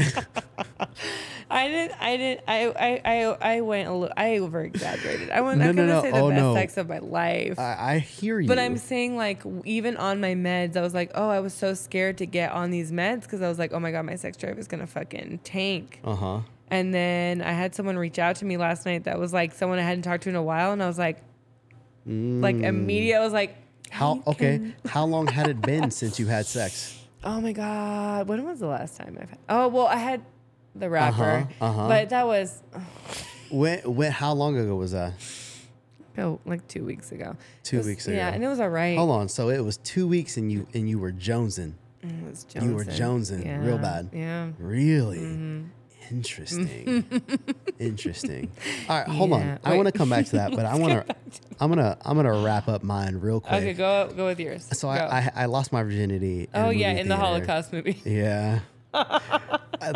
I didn't. I didn't. I. I. I. I went a little. I over exaggerated. I went. No, I'm no, gonna no. say the Oh, best no. sex of my life. I, I hear you. But I'm saying like w- even on my meds, I was like, oh, I was so scared to get on these meds because I was like, oh my god, my sex drive is gonna fucking tank. Uh huh. And then I had someone reach out to me last night that was like someone I hadn't talked to in a while, and I was like, like immediate, I was like, Mm. How okay? How long had it been since you had sex? oh my god, when was the last time I've had? Oh well, I had the rapper, Uh-huh, uh-huh. but that was uh, When, when? How long ago was that? oh like two weeks ago. Two It was- weeks Yeah, ago. and it was alright. Hold on. So it was two weeks, and you and you were jonesing. It was You were jonesing real Yeah, bad. Yeah. Really? Mm-hmm. Interesting. Interesting. All right, hold Yeah, on. I wait. want to come back to that, but I want to. I'm gonna. I'm gonna wrap up mine real quick. Okay, go go with yours. So Go. I, I I lost my virginity. Oh a yeah, in movie the theater. Holocaust movie. Yeah. Uh,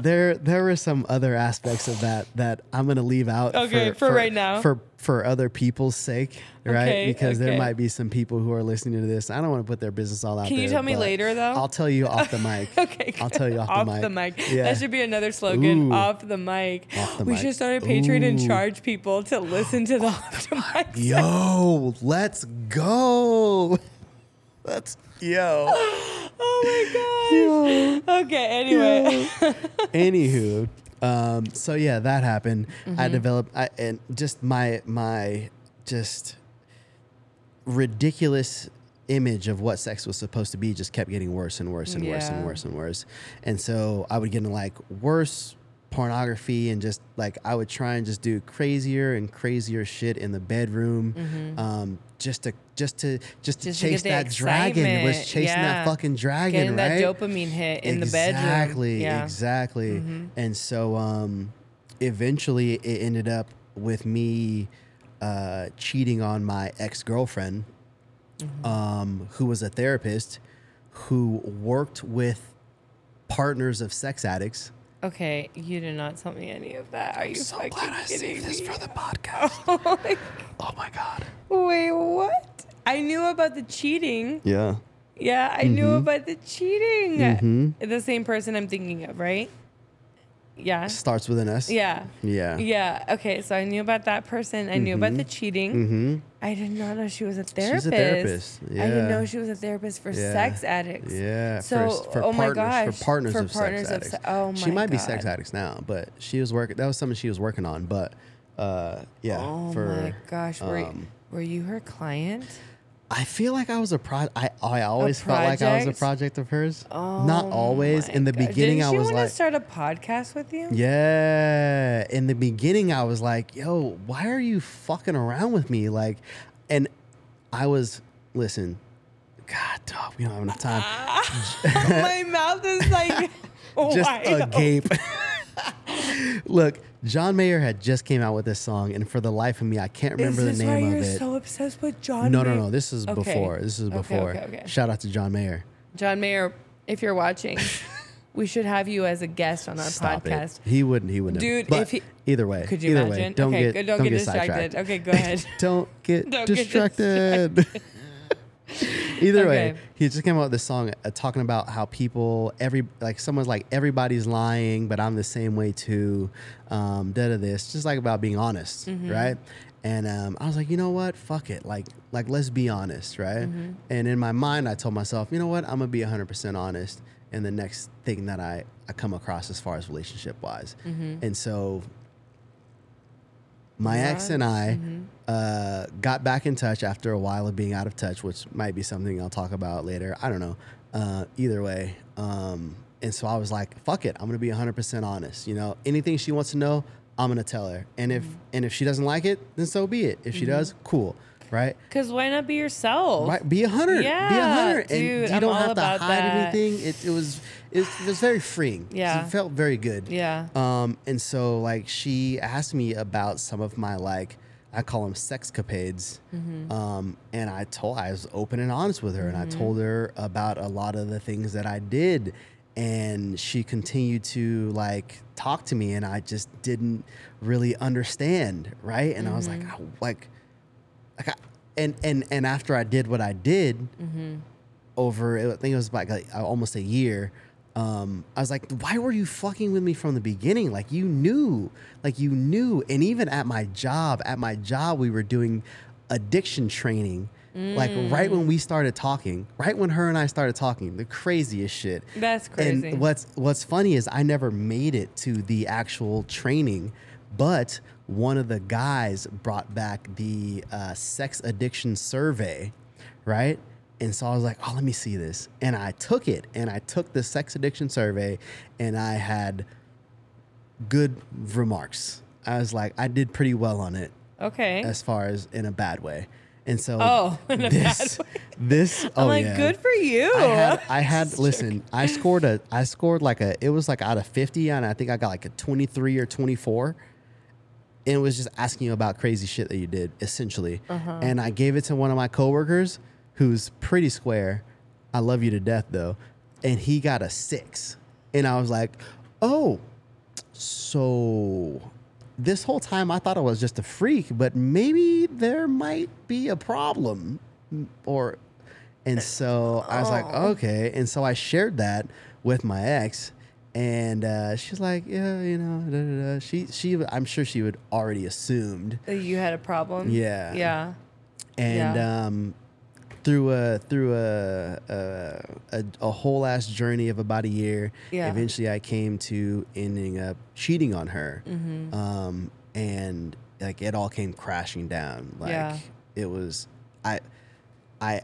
there there were some other aspects of that that I'm gonna leave out. Okay, for right now. For for other people's sake, right? Okay, because there okay. might be some people who are listening to this. I don't want to put their business all out. Can you there, tell me but later, though? I'll tell you off the mic. Okay, I'll good. tell you off, the mic. Yeah. That should be another slogan. Ooh. Off the mic. Off the we mic. should start a Patreon and Ooh. charge people to listen to the off the mic. Yo, let's go. That's yo. Oh my gosh. Okay. Anyway. Anywho, um, so yeah, that happened. Mm-hmm. I developed, I, and just my my just ridiculous image of what sex was supposed to be just kept getting worse and worse and worse Yeah. and worse and worse. And so I would get into like worse pornography and just like I would try and just do crazier and crazier shit in the bedroom. Um, just to just to just to Mm-hmm. Just to get chase the that dragon was excitement. chasing Yeah. that fucking dragon, Getting right? that dopamine hit in the bedroom. Exactly. Yeah. Mm-hmm. Exactly. And so um eventually it ended up with me uh cheating on my ex-girlfriend Mm-hmm. um who was a therapist who worked with partners of sex addicts. Okay. You did not tell me any of that. Are you fucking kidding me? the podcast. Oh my- Oh my god. Wait. What? I knew about the cheating. Yeah. Yeah, I Mm-hmm. knew about the cheating. The same person I'm thinking of, right? Yeah. Starts with an S. Yeah. Yeah. Mm-hmm. Yeah. Okay. So I knew about that person. I knew about the cheating. Mhm. I did not know she was a therapist. She's a therapist. I didn't Yeah. know she was a therapist for Yeah. sex addicts. Yeah. So, oh my gosh, for partners for of partners sex of addicts. se- oh she my might be sex God. addicts now, but she was working. That was something she was working on, but uh, yeah. Oh for, my gosh. Were, um, were you her client? I feel like I was a pro. I I always felt like I was a project? project of hers. Oh Not always. my In the gosh. beginning, Didn't I she was wanna like. start a podcast with you? Yeah. In the beginning, I was like, yo, why are you fucking around with me? Like, and I was, listen, God, dog, we don't have enough time. my mouth is like oh just wide a open. gape. Look, John Mayer had just came out with this song, and for the life of me, I can't remember is this the name why of you're it. so obsessed with John? no, no, May- no. This is Okay. before. This is Okay, before. okay, okay. Shout out to John Mayer. John Mayer, if you're watching, we should have you as a guest on our Stop podcast. it. He wouldn't. He wouldn't. Dude, But if he- either way, Could you either imagine? Way, don't okay, get good, don't, get distracted. Okay, go ahead. don't get Don't get distracted. Either way, Okay. he just came out with this song uh, talking about how people, every like someone's like everybody's lying, but I'm the same way too. Um, da da this, just like about being honest, Mm-hmm. right? And um, I was like, you know what? Fuck it. Like, like let's be honest, right? Mm-hmm. And in my mind, I told myself, you know what? I'm gonna be 100% honest in the next thing that I I come across as far as relationship wise. Mm-hmm. And so my ex Yeah. and I Mm-hmm. uh, got back in touch after a while of being out of touch, which might be something I'll talk about later. I don't know. Uh, either way. Um, and so I was like, fuck it. I'm going to be 100% honest. You know, anything she wants to know, I'm going to tell her. And if Mm-hmm. and if she doesn't like it, then so be it. If she does, cool. Right? Because why not be yourself? Right, be a hundred. be a Yeah, hundred, and dude, you I'm don't all have to about hide that. anything. It, it was it, was very freeing. Yeah. it felt very good. Yeah. Um, and so like she asked me about some of my like I call them sex capades. Um, and I told I was open and honest with her, and I told her about a lot of the things that I did, and she continued to like talk to me, and I just didn't really understand, right? And I was like, I, like like I, and and and after I did what I did over I think it was like uh, a, almost a year um, I was like, why were you fucking with me from the beginning? Like you knew, like you knew. And even at my job, at my job, we were doing addiction training. Like right when we started talking, right when her and I started talking, the craziest shit. That's crazy. And what's what's funny is I never made it to the actual training, but one of the guys brought back the uh, sex addiction survey, right? And so I was like, oh, let me see this. And I took it, and I took the sex addiction survey, and I had good remarks. I was like, I did pretty well on it Okay. as far as in a bad way. And so Oh, in a bad this, this oh I'm like, yeah. good for you. I had, I had listen, I scored a I scored like a it was like out of 50 and I think I got like a 23 or 24. And it was just asking you about crazy shit that you did essentially. And I gave it to one of my coworkers who's pretty square. I love you to death though. And he got a 6. And I was like, "Oh, so this whole time I thought I was just a freak, but maybe there might be a problem Mm, or and so I was like, okay. And so I shared that with my ex and uh, she's like, yeah, you know, da, da, da. she she I'm sure she would already assumed. That you had a problem. Yeah. Yeah. And Yeah. um through a through a a, a a whole ass journey of about a year, Yeah. eventually I came to ending up cheating on her. Mm-hmm. Um, and like it all came crashing down. Like Yeah. it was I I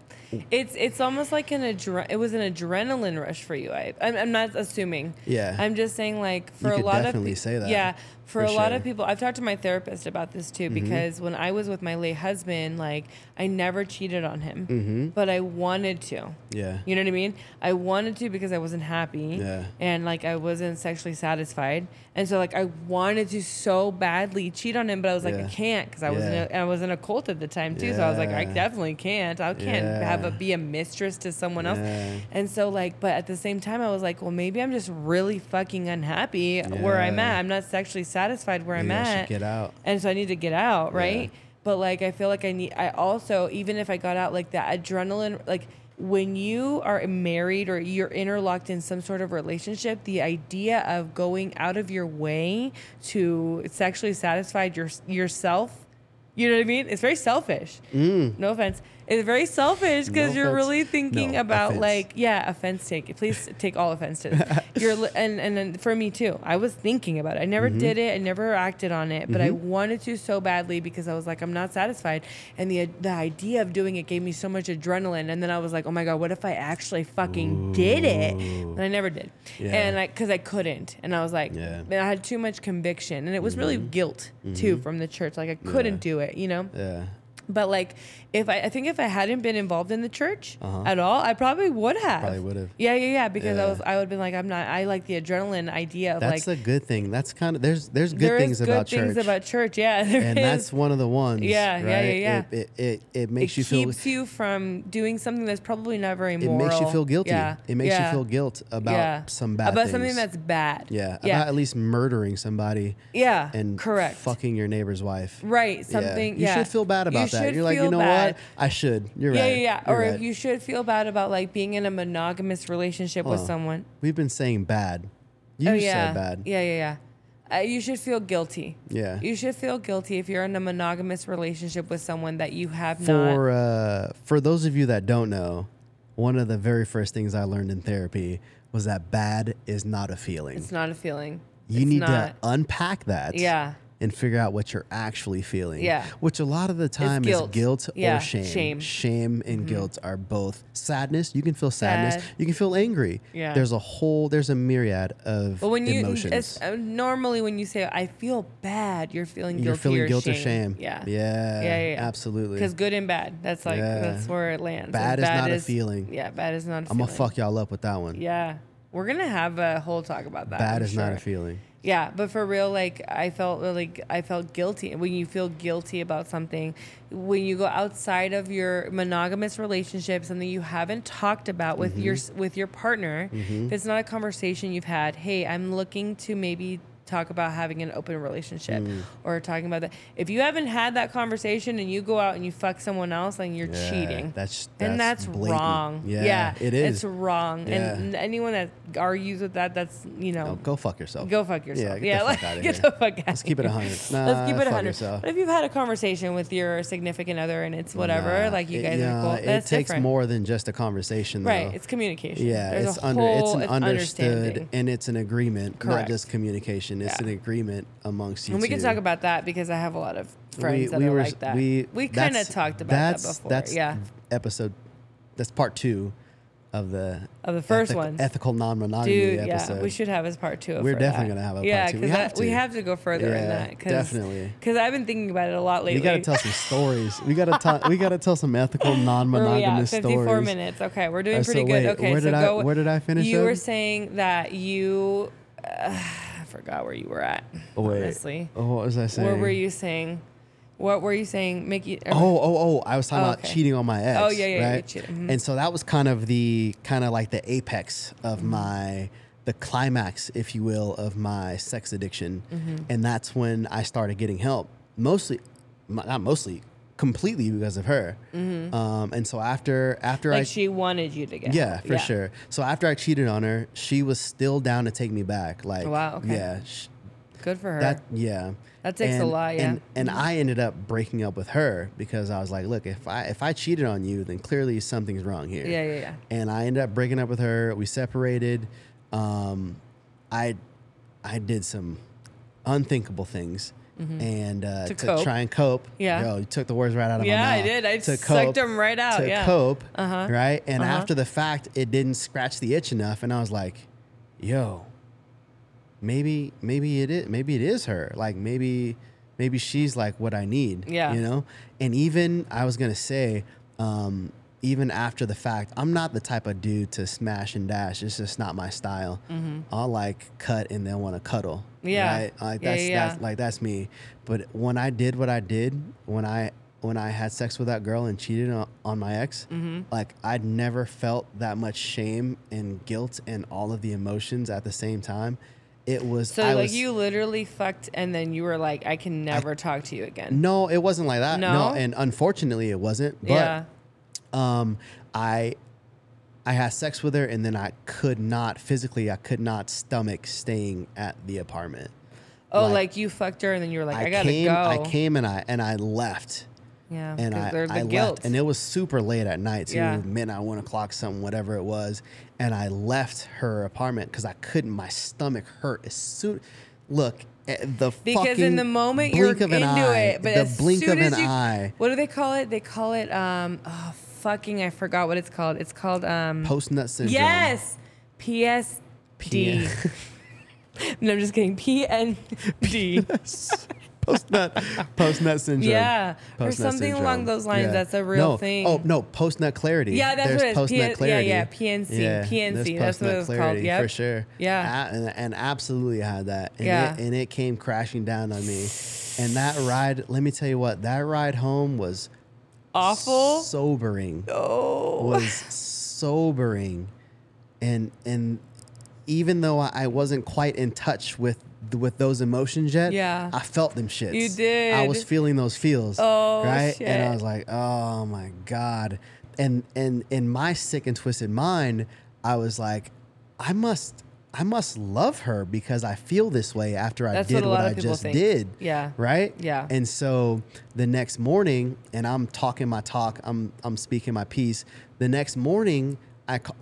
It's it's almost like an adre- it was an adrenaline rush for you. I I'm, I'm not assuming. Yeah. I'm just saying like for could a lot definitely of say that, Yeah. For, for a lot sure. Mm-hmm. of people, I've talked to my therapist about this too because when I was with my late husband, like I never cheated on him, Mm-hmm. but I wanted to. yeah. You know what I mean? I wanted to because I wasn't happy. Yeah. And like I wasn't sexually satisfied. And so like I wanted to so badly cheat on him, but I was like, Yeah. I can't because I was in Yeah. a, I was in a cult at the time too. So I was like, I Yeah. definitely can't. I can't Yeah. have a be a mistress to someone else. Yeah. And so like, but at the same time I was like, well maybe I'm just really fucking unhappy where I'm Yeah. at. I'm not sexually satisfied where Maybe I'm I at should get out. and so I need to get out, right? But like I feel like I need I also even if I got out like that adrenaline like when you are married or you're interlocked in some sort of relationship, the idea of going out of your way to sexually satisfy your, yourself, you know what I mean? It's very selfish. No offense. It's very selfish because Mm. No you're offense. really thinking No about offense. like yeah, offense take. Please take all offense to this. You're li- and and then for me too. I was thinking about it. I Mm-hmm. never did it. I never acted on it, but I wanted to so badly because I was like, I'm not satisfied. And the the idea of doing it gave me so much adrenaline. And then I was like, oh my god, what if I actually fucking did it? And I never did. Yeah. And I because I couldn't. And I was like, Yeah. Mm-hmm. man, I had too much conviction, and it was really guilt too from the church. Like I couldn't do it. You know. Yeah. But like, if I, I think if I hadn't been involved in the church at all, I probably would have. Uh-huh. Probably would've. Yeah, yeah, yeah. Because I Yeah. was, I would have been like, I'm not. I like the adrenaline idea of That's like a good thing. That's kind of there's there's good there is things about things church. about church. Yeah, there and is. that's one of the ones. Yeah, yeah, yeah, right? yeah. It it, it, it it makes you feel keeps you from doing something that's probably never it immoral. makes you feel guilty. Yeah, It makes yeah, you feel guilt about yeah. some bad about things. something that's bad. yeah, yeah, about at least murdering somebody yeah. and correct. fucking your neighbor's wife. Right, Yeah. something. You yeah. should feel bad about that. should You're like, you feel know bad. what? I should. You're Yeah, right. yeah, yeah. You're Or right. if you should feel bad about like being in a monogamous relationship with Huh. someone. We've been saying bad. You oh, yeah. said bad. Yeah, yeah, yeah. Uh, you should feel guilty. Yeah. You should feel guilty if you're in a monogamous relationship with someone that you have not. for uh, for those of you that don't know, one of the very first things I learned in therapy was that bad is not a feeling. It's not a feeling. you It's need to not. unpack that. Yeah. And figure out what you're actually feeling. Yeah. Which a lot of the time guilt. is guilt Yeah, or shame. shame. Mm-hmm. and guilt are both sadness. You can feel sadness. Sad. You can feel angry. Yeah. There's a whole. There's a myriad of But when you emotions. it's, uh, normally when you say I feel bad, you're feeling guilty. you're feeling or guilt shame. or shame. Yeah. Yeah, Yeah. yeah, yeah. Absolutely. Because good and bad, that's like Yeah. that's where it lands. And Bad is not a feeling. Yeah, bad is not. A I'm feeling. gonna fuck y'all up with that one. Yeah, we're gonna have a whole talk about that. Bad I'm is not sure. a feeling. Yeah, but for real, like I felt like I felt guilty when you feel guilty about something, when you go outside of your monogamous relationship, something you haven't talked about Mm-hmm. with your with your partner. If it's not a conversation you've had, hey, I'm looking to maybe talk about having an open relationship Mm. or talking about that. If you haven't had that conversation and you go out and you fuck someone else, then you're Yeah, cheating. That's, that's and that's blatant. wrong. Yeah, Yeah, it is. It's wrong. And Yeah. anyone that argues with that, that's you know, No, Oh, go fuck yourself. go fuck yourself. Yeah, get the like, fuck outta get here. the fuck out. Let's keep it 100. Nah, Let's keep it fuck 100. yourself. But if you've had a conversation with your significant other and it's whatever, Nah, like you it- guys are nah, cool, It that's takes different. more than just a conversation, though. right, it's communication. yeah, There's it's a under it's whole- an understood understanding. and it's an agreement, not Correct. just communication. It's Yeah. an agreement amongst you. And we can two. talk about that because I have a lot of friends that are like that. We, kind of that's- talked about that's, that before. That's yeah. episode. That's part two of the Of the first ethic- one. ethical non-monogamy Dude, episode. yeah, we should have as part two. Of We're for definitely that. gonna have a yeah, part two. We 'cause have I- we to. have to go further Yeah, in that. Cause, definitely. Because I've been thinking about it a lot lately. We gotta tell some stories. We gotta tell. we gotta tell some ethical Where we at? non-monogamous 54 stories. Oh, minutes. Okay, we're doing Uh, pretty so good. wait, okay, where so did I- go. where did I finish You up? were saying that you. Uh, I forgot where you were at. Wait. Honestly, Oh, what was I saying? what were you saying? What were you er, saying, Mickey? or- Oh, oh, oh! I was talking Oh, about okay. cheating on my ex. Oh, yeah, yeah, yeah, right? cheating. Mhm. And so that was kind of the kind of like the apex Mm-hmm. of my the climax, if you will, of my sex addiction, Mm-hmm. and that's when I started getting help. Mostly, m- not mostly, completely because of her. Um, and so after after Mm-hmm. like I she wanted you to get. yeah, help. for sure. So after I cheated on her, she was still down to take me back. Like Wow, okay. yeah, sh- Good for her. that yeah. That takes a And- lot, yeah. And, and I ended up breaking up with her because I was like, look, if I if I cheated on you, then clearly something's wrong here. Yeah, yeah, yeah. And I ended up breaking up with her. We separated. Um, I I did some unthinkable things. And uh, Mm-hmm. to, To cope. try and cope, Yeah. Yo, you took the words right out of my Yeah, mouth. I did. I To sucked 'em right out, To yeah. Uh-huh. cope, right? And after the fact, it didn't scratch the itch enough, and I was like, "Yo, maybe maybe it is maybe it is her like maybe maybe she's like what i need Yeah. you know and even i was gonna say um even after the fact i'm not the type of dude to smash and dash it's just not my style i'll like cut and then want to cuddle Mm-hmm. Yeah. right? like Yeah, that's, yeah, yeah. that's like that's me but when i did what i did when i when i had sex with that girl and cheated on, on my ex Mm-hmm. like i'd never felt that much shame and guilt and all of the emotions at the same time it was So I like was, you literally fucked, and then you were like, I can never talk to you again. no it wasn't like that no, No? and unfortunately it wasn't but yeah. um i i had sex with her and then i could not physically i could not stomach staying at the apartment Oh, like- like, you fucked her, and then you were like, I, gotta came go. i came and i and i left Yeah. and 'cause I, they're the I guilt. left, and it was super late at night, too, Yeah. midnight, one o'clock, something, whatever it was. And I left her apartment because I couldn't. My stomach hurt as soon. Look, eh, the because fucking in the moment you're blink into of an eye, it, but the as blink soon of an as you, eye, What do they call it? They call it um oh fucking I forgot what it's called. It's called um post nut syndrome. yes PSD. P- no, I'm just kidding. PND. post nut, post nut syndrome. yeah, or Post-nut something syndrome. along those lines. Yeah. That's a real no. thing. Oh no, post nut clarity. Yeah, that's There's what it is. Post nut P- yeah, clarity. yeah, PNC, Yeah, PNC, that's there's what post-nut it was called, clarity, yep. For sure. Yeah. A- and, and absolutely had that. And Yeah. It, and it came crashing down on me. And that ride, let me tell you what, that ride home was Awful. sobering. oh. Was sobering, and and even though I I wasn't quite in touch with with those emotions yet, Yeah. I felt them shits. You I did. was feeling those feels. Oh, right, and I shit. was like, oh my god, and and in my sick and twisted mind, I was like, I must. I must love her because I feel this way after I That's did what a what, lot I of people just think. did. Yeah. Right? Yeah. And so the next morning, and I'm talking my talk, I'm I'm speaking my piece. The next morning, I call,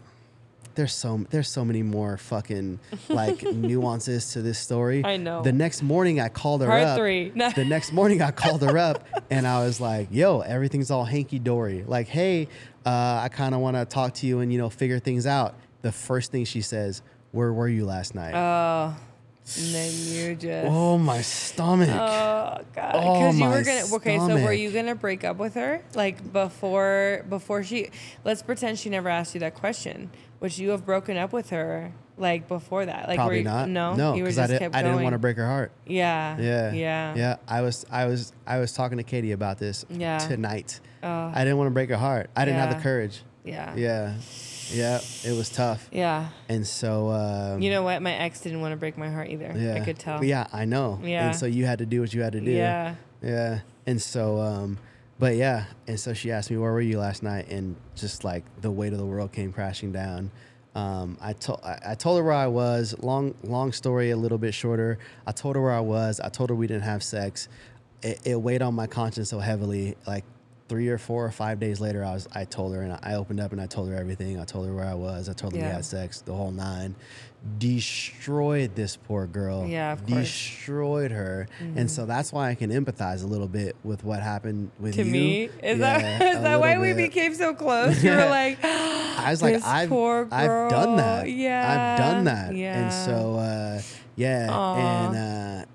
there's so there's so many more fucking like nuances to this story. I know. The next morning, I called her Part up. three. No. The next morning, I called her up, and I was like, "Yo, everything's all hanky dory. Like, hey, uh, I kind of want to talk to you and you know figure things out." The first thing she says, "Where were you last night?" Uh, And then you just. Oh, oh, my stomach. God. Oh, Because you my were gonna. Okay, so were stomach. you gonna break up with her? Like before, before she. Let's pretend she never asked you that question. Would you have broken up with her? Like before that? Like were Probably you, not. No. no, You were because just I, did, kept I going. didn't want to break her heart. Yeah. Yeah. Yeah. Yeah. I was I was I was talking to Katie about this Yeah. tonight. I didn't want to break her heart. I didn't have Yeah. the courage. Yeah. Yeah. yeah, it was tough. Yeah. And so, uh, You know what? My ex didn't want to break my heart either. yeah, I could tell. Yeah, I know. Yeah. And so you had to do what you had to do. Yeah. Yeah. And so, um, but yeah. And so she asked me, where were you last night? And just like the weight of the world came crashing down. Um, I told I I told her where I was. Long long story, a little bit shorter. I told her where I was. I told her we didn't have sex. It, it weighed on my conscience so heavily. Like three or four or five days later, I was I told her and I opened up and I told her everything. I told her where I was. I told her we Yeah. had sex. The whole nine. Destroyed this poor girl Yeah, of course. Mm-hmm. destroyed her, and so that's why I can empathize a little bit with what happened with To you. me, is that Yeah, is a that why little we bit. became so close? You were like, I was like, this I've poor I've girl. done that. Yeah, I've done that. yeah. And so, uh, yeah, and uh,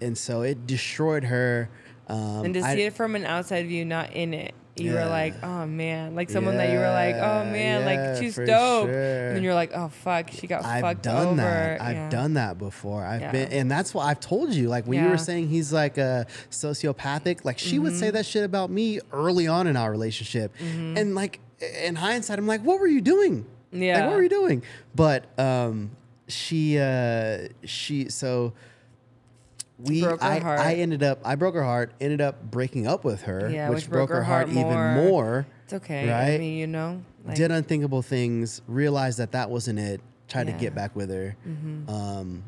and so it destroyed her. Um, and to I- see it from an outside view, not in it. You were Yeah. like, oh man, like someone that you were like, oh Yeah, man, yeah, like she's for dope, sure. and then you're like, oh fuck, she got I've fucked done over. that. I've Yeah. done that before. I've Yeah. been, and that's what I've told you. Like when you Yeah. Mm-hmm. were saying he's like a sociopathic, like she would say that shit about me early on in our relationship, and like in hindsight, I'm like, what were you doing? like Yeah. what were you doing? But um, she, uh, she, so we, Broke her I, heart. I ended up, I broke her heart, ended up breaking up with her, Yeah, which, broke her heart, more. even more. It's okay. I Right? mean, you know, like, did unthinkable things, realized that that wasn't it, tried Yeah. Mm-hmm. to get back with her. Um,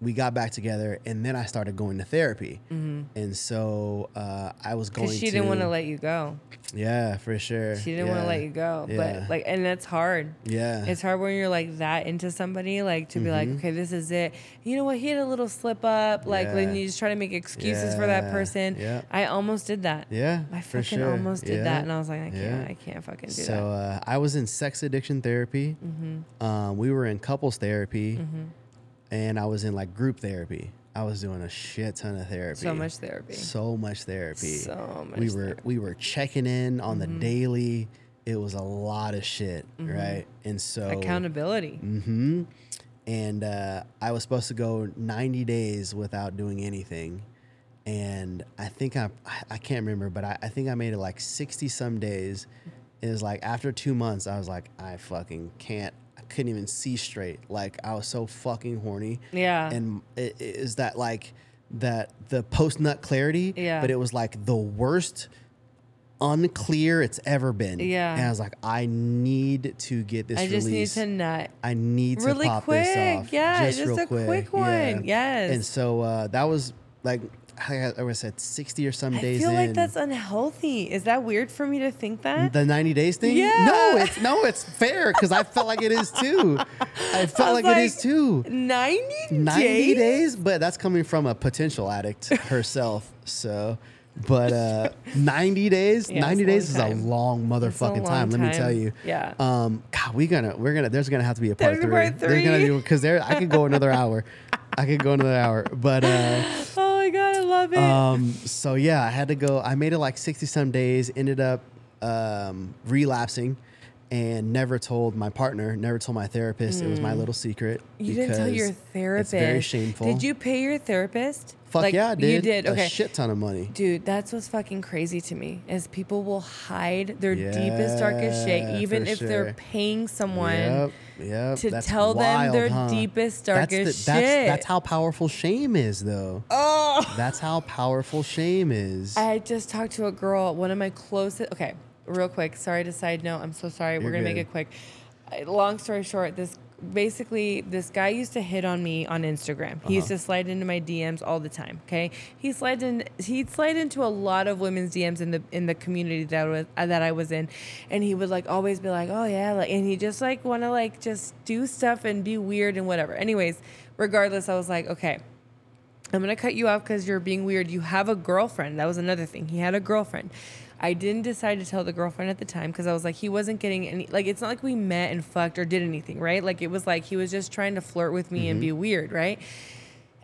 we got back together, and then I started going to therapy. And so uh, I was going because Mm-hmm. she didn't want to to let you go. Yeah, for sure. She didn't want to let you go. Yeah. But like, and that's hard. Yeah. Mm-hmm. It's hard when you're like that into somebody, like to be like, okay, this is it. You know what? He had a little slip up. Like, Yeah. then you just try to make excuses for that Yeah. person. Yeah. I almost did that. yeah. I for fucking sure. almost did Yeah. that. And I was like, I Yeah. can't, I can't fucking do so that. Mm-hmm. uh, I was in sex addiction therapy. Um, we were in couples therapy, and I was in like group therapy. I was doing a shit ton of therapy. So much therapy. So much therapy. So much Mm-hmm. We were we were checking in on the daily. It was a lot of shit, right? And so Accountability. hmm And uh, I was supposed to go 90 days without doing anything. And I think I, I- I can't remember, but I, I think I made it like 60 some days. It was like after two months, I was like, I fucking can't. I couldn't even see straight. Like I was so fucking horny. Yeah. And it, it is that like that the post nut clarity? Yeah. But it was like the worst unclear it's ever been. Yeah. And I was like, I need to get this I just released. need to nut. I need to Really pop this quick, off. yeah, just a quick one, yes. And so uh, that was like I I was at sixty or some I days. feel like in. that's unhealthy. Is that weird for me to think that? the ninety days thing. Yeah. No, it's no, it's fair because I felt like it is too. I felt I was like, it is like, too. 90, 90 days? days? but that's coming from a potential addict herself. So, but uh, 90 days, Yeah, 90 days it's is a long a time. long It's a motherfucking long time, Let me tell time. you. Yeah. Um, God, we gonna we're gonna there's gonna have to be a part There's a three. part There's gonna three. be because there I could go another hour. I could go another hour, but. Uh, Oh my God, I love it. um, so yeah, I had to go. I made it like sixty some days. Ended up um, relapsing, and never told my partner. Never told my therapist. It was my little secret. Mm. You didn't tell because your therapist. It's very shameful. Did you pay your therapist? Fuck Like, yeah, I did. You did. Okay. A shit ton of money. Dude, that's what's fucking crazy to me is people will hide their deepest, darkest Yeah, shit, even for if they're sure. paying someone. Yep, yep. to that's tell them wild, their huh? deepest, That's darkest shit. That's, that's how powerful shame is, though. Oh. That's how powerful shame is. I just talked to a girl, one of my closest. Okay, real quick. Sorry to side note. I'm so sorry. We're You're gonna make good. it quick. I- Long story short, this basically this guy used to hit on me on Instagram. He used Uh-huh. to slide into my DMs all the time. Okay, he slides in. He'd slide into a lot of women's DMs in the in the community that I was uh, that I was in, and he would like always be like, oh yeah, like, and he just like want to like just do stuff and be weird and whatever. Anyways, regardless, I was like, okay. I'm gonna cut you off because you're being weird. You have a girlfriend. That was another thing. He had a girlfriend. I didn't decide to tell the girlfriend at the time because I was like, he wasn't getting any. Like, it's not like we met and fucked or did anything, right? Like, it was like he was just trying to flirt with me and be weird, right?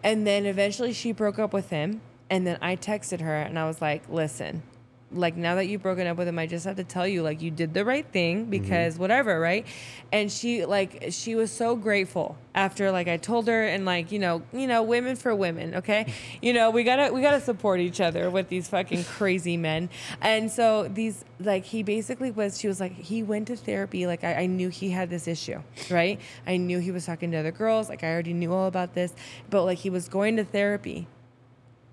And then eventually she broke up with him. And then I texted her and I was like, listen, like now that you've broken up with him, I just have to tell you, like, you did the right thing because whatever, right? And she like she was so grateful after like I told her and like, you know, you know, women for women, okay? you know, we gotta we gotta support each other with these fucking crazy men. And so these like he basically was she was like he went to therapy, like I, I knew he had this issue, right? I knew he was talking to other girls, like I already knew all about this, but like he was going to therapy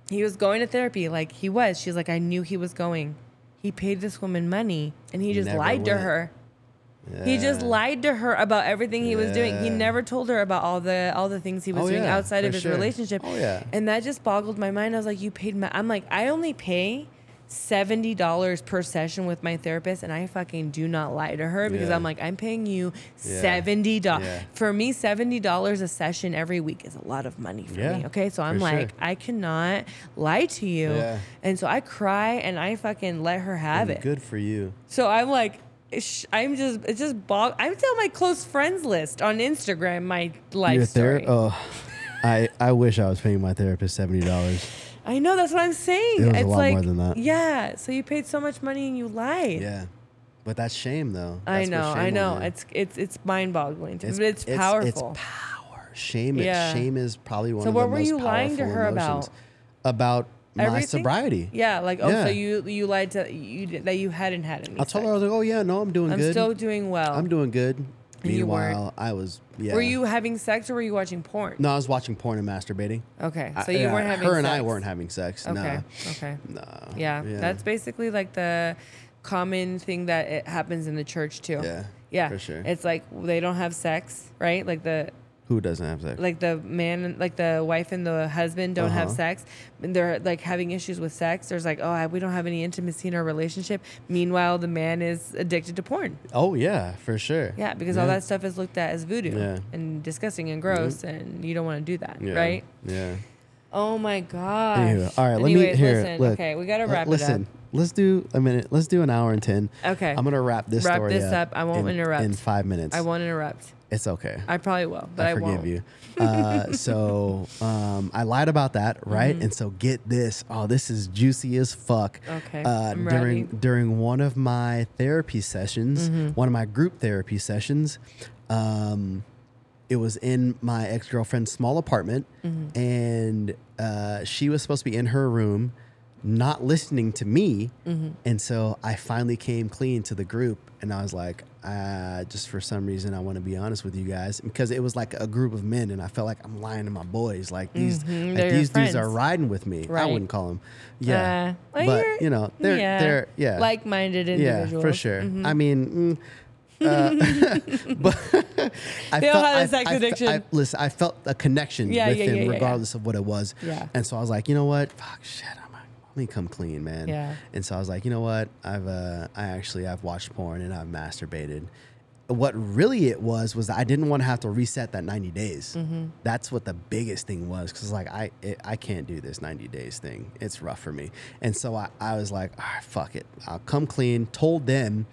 he was going to therapy like he was she's like i knew he was going he paid this woman money and he just Never lied to went. her he just Yeah. lied to her about everything he was doing he Yeah. never told her about all the all the things he was Oh, doing yeah, outside of for his sure. relationship Oh, yeah. and that just boggled my mind i was like you paid my i'm like i only pay $70 per session with my therapist and i fucking do not lie to her because Yeah. i'm like i'm paying you Yeah. $70 Yeah. for me $70 a session every week is a lot of money for Yeah, me okay so i'm for sure. like I cannot lie to you. Yeah. And so I cry and I fucking let her have it. Good for you. So I'm like, sh- I'm just, it's just bog. I'm still on my close friends list on Instagram, my life Your story. ther- oh, I I wish I was paying my therapist seventy dollars. I know, that's what I'm saying. It was a it's lot like, more than that. yeah. So you paid so much money and you lied. Yeah, but that's shame though. I That's what's know, shame I on know. there. It's it's it's mind boggling, but it's, powerful. It's power. Shame. It. Yeah. Shame is probably one So of what the were most you lying to powerful her emotions. about? About my Everything? sobriety. yeah, like oh, Yeah. so you you lied to you did- that you hadn't had any. I told sex. her I was like, oh yeah, no, I'm doing I'm good. still doing well. I'm doing good. you weren't. Meanwhile, I was. Yeah. Were you having sex or were you watching porn? No, I was watching porn and masturbating. Okay, so I- you yeah, weren't having Her and I sex. weren't having sex. Okay. No. Okay. No. Yeah. that's basically like the common thing that it happens in the church too. Yeah, Yeah. for sure. It's like they don't have sex, right? Like the who doesn't have sex. like the man and like the wife and the husband don't have Uh-huh. sex and they're like having issues with sex there's like oh I, we don't have any intimacy in our relationship meanwhile the man is addicted to porn oh yeah, for sure. yeah because all Yeah. that stuff is looked at as voodoo Yeah. and disgusting and gross and you don't want to do that Yeah. right Yeah. oh my god Anywho, all right. Let me Anyways, here. listen, look, okay we gotta l- wrap it listen, up let's do a minute. Let's do an hour and ten. Okay. I'm gonna wrap this Wrap story this up. I won't in- interrupt. in five minutes. I won't interrupt. It's okay. I probably will, but I, forgive won't. you. Uh, so um, I lied about that, right? Mm-hmm. And so get this. Oh, this is juicy as fuck. Okay, Uh, I'm during ready. Mm-hmm. during one of my therapy sessions, one of my group therapy sessions, um, it was in my ex girlfriend's small apartment, Mm-hmm. and uh, she was supposed to be in her room, not listening to me. Mm-hmm. And so I finally came clean to the group, and I was like, uh, just for some reason, I want to be honest with you guys because it was like a group of men, and I felt like I'm lying to my boys. Like these, like, Mm-hmm. they're your these dudes are friends. riding with me. I Right. wouldn't call them, yeah, Uh, well, you're- but you know, they're they're yeah, like-minded yeah, individuals. Mm-hmm. for sure. I mean, mm, uh, but I They all felt- had a I- sex I fe- addiction. I, listen, I felt a connection Yeah, with yeah, him, yeah, yeah, yeah. regardless of what it was. Yeah. And so I was like, you know what? Fuck, shit. I'm like, let me come clean, man. Yeah. And so I was like, you know what? I've uh, I actually I've watched porn and I've masturbated. What really it was was I didn't want to have to reset that 90 days. That's what the biggest thing was because like I it, I can't do this 90 days thing. It's rough for me. And so I, I was like, all right, fuck it. I'll come clean. Told them.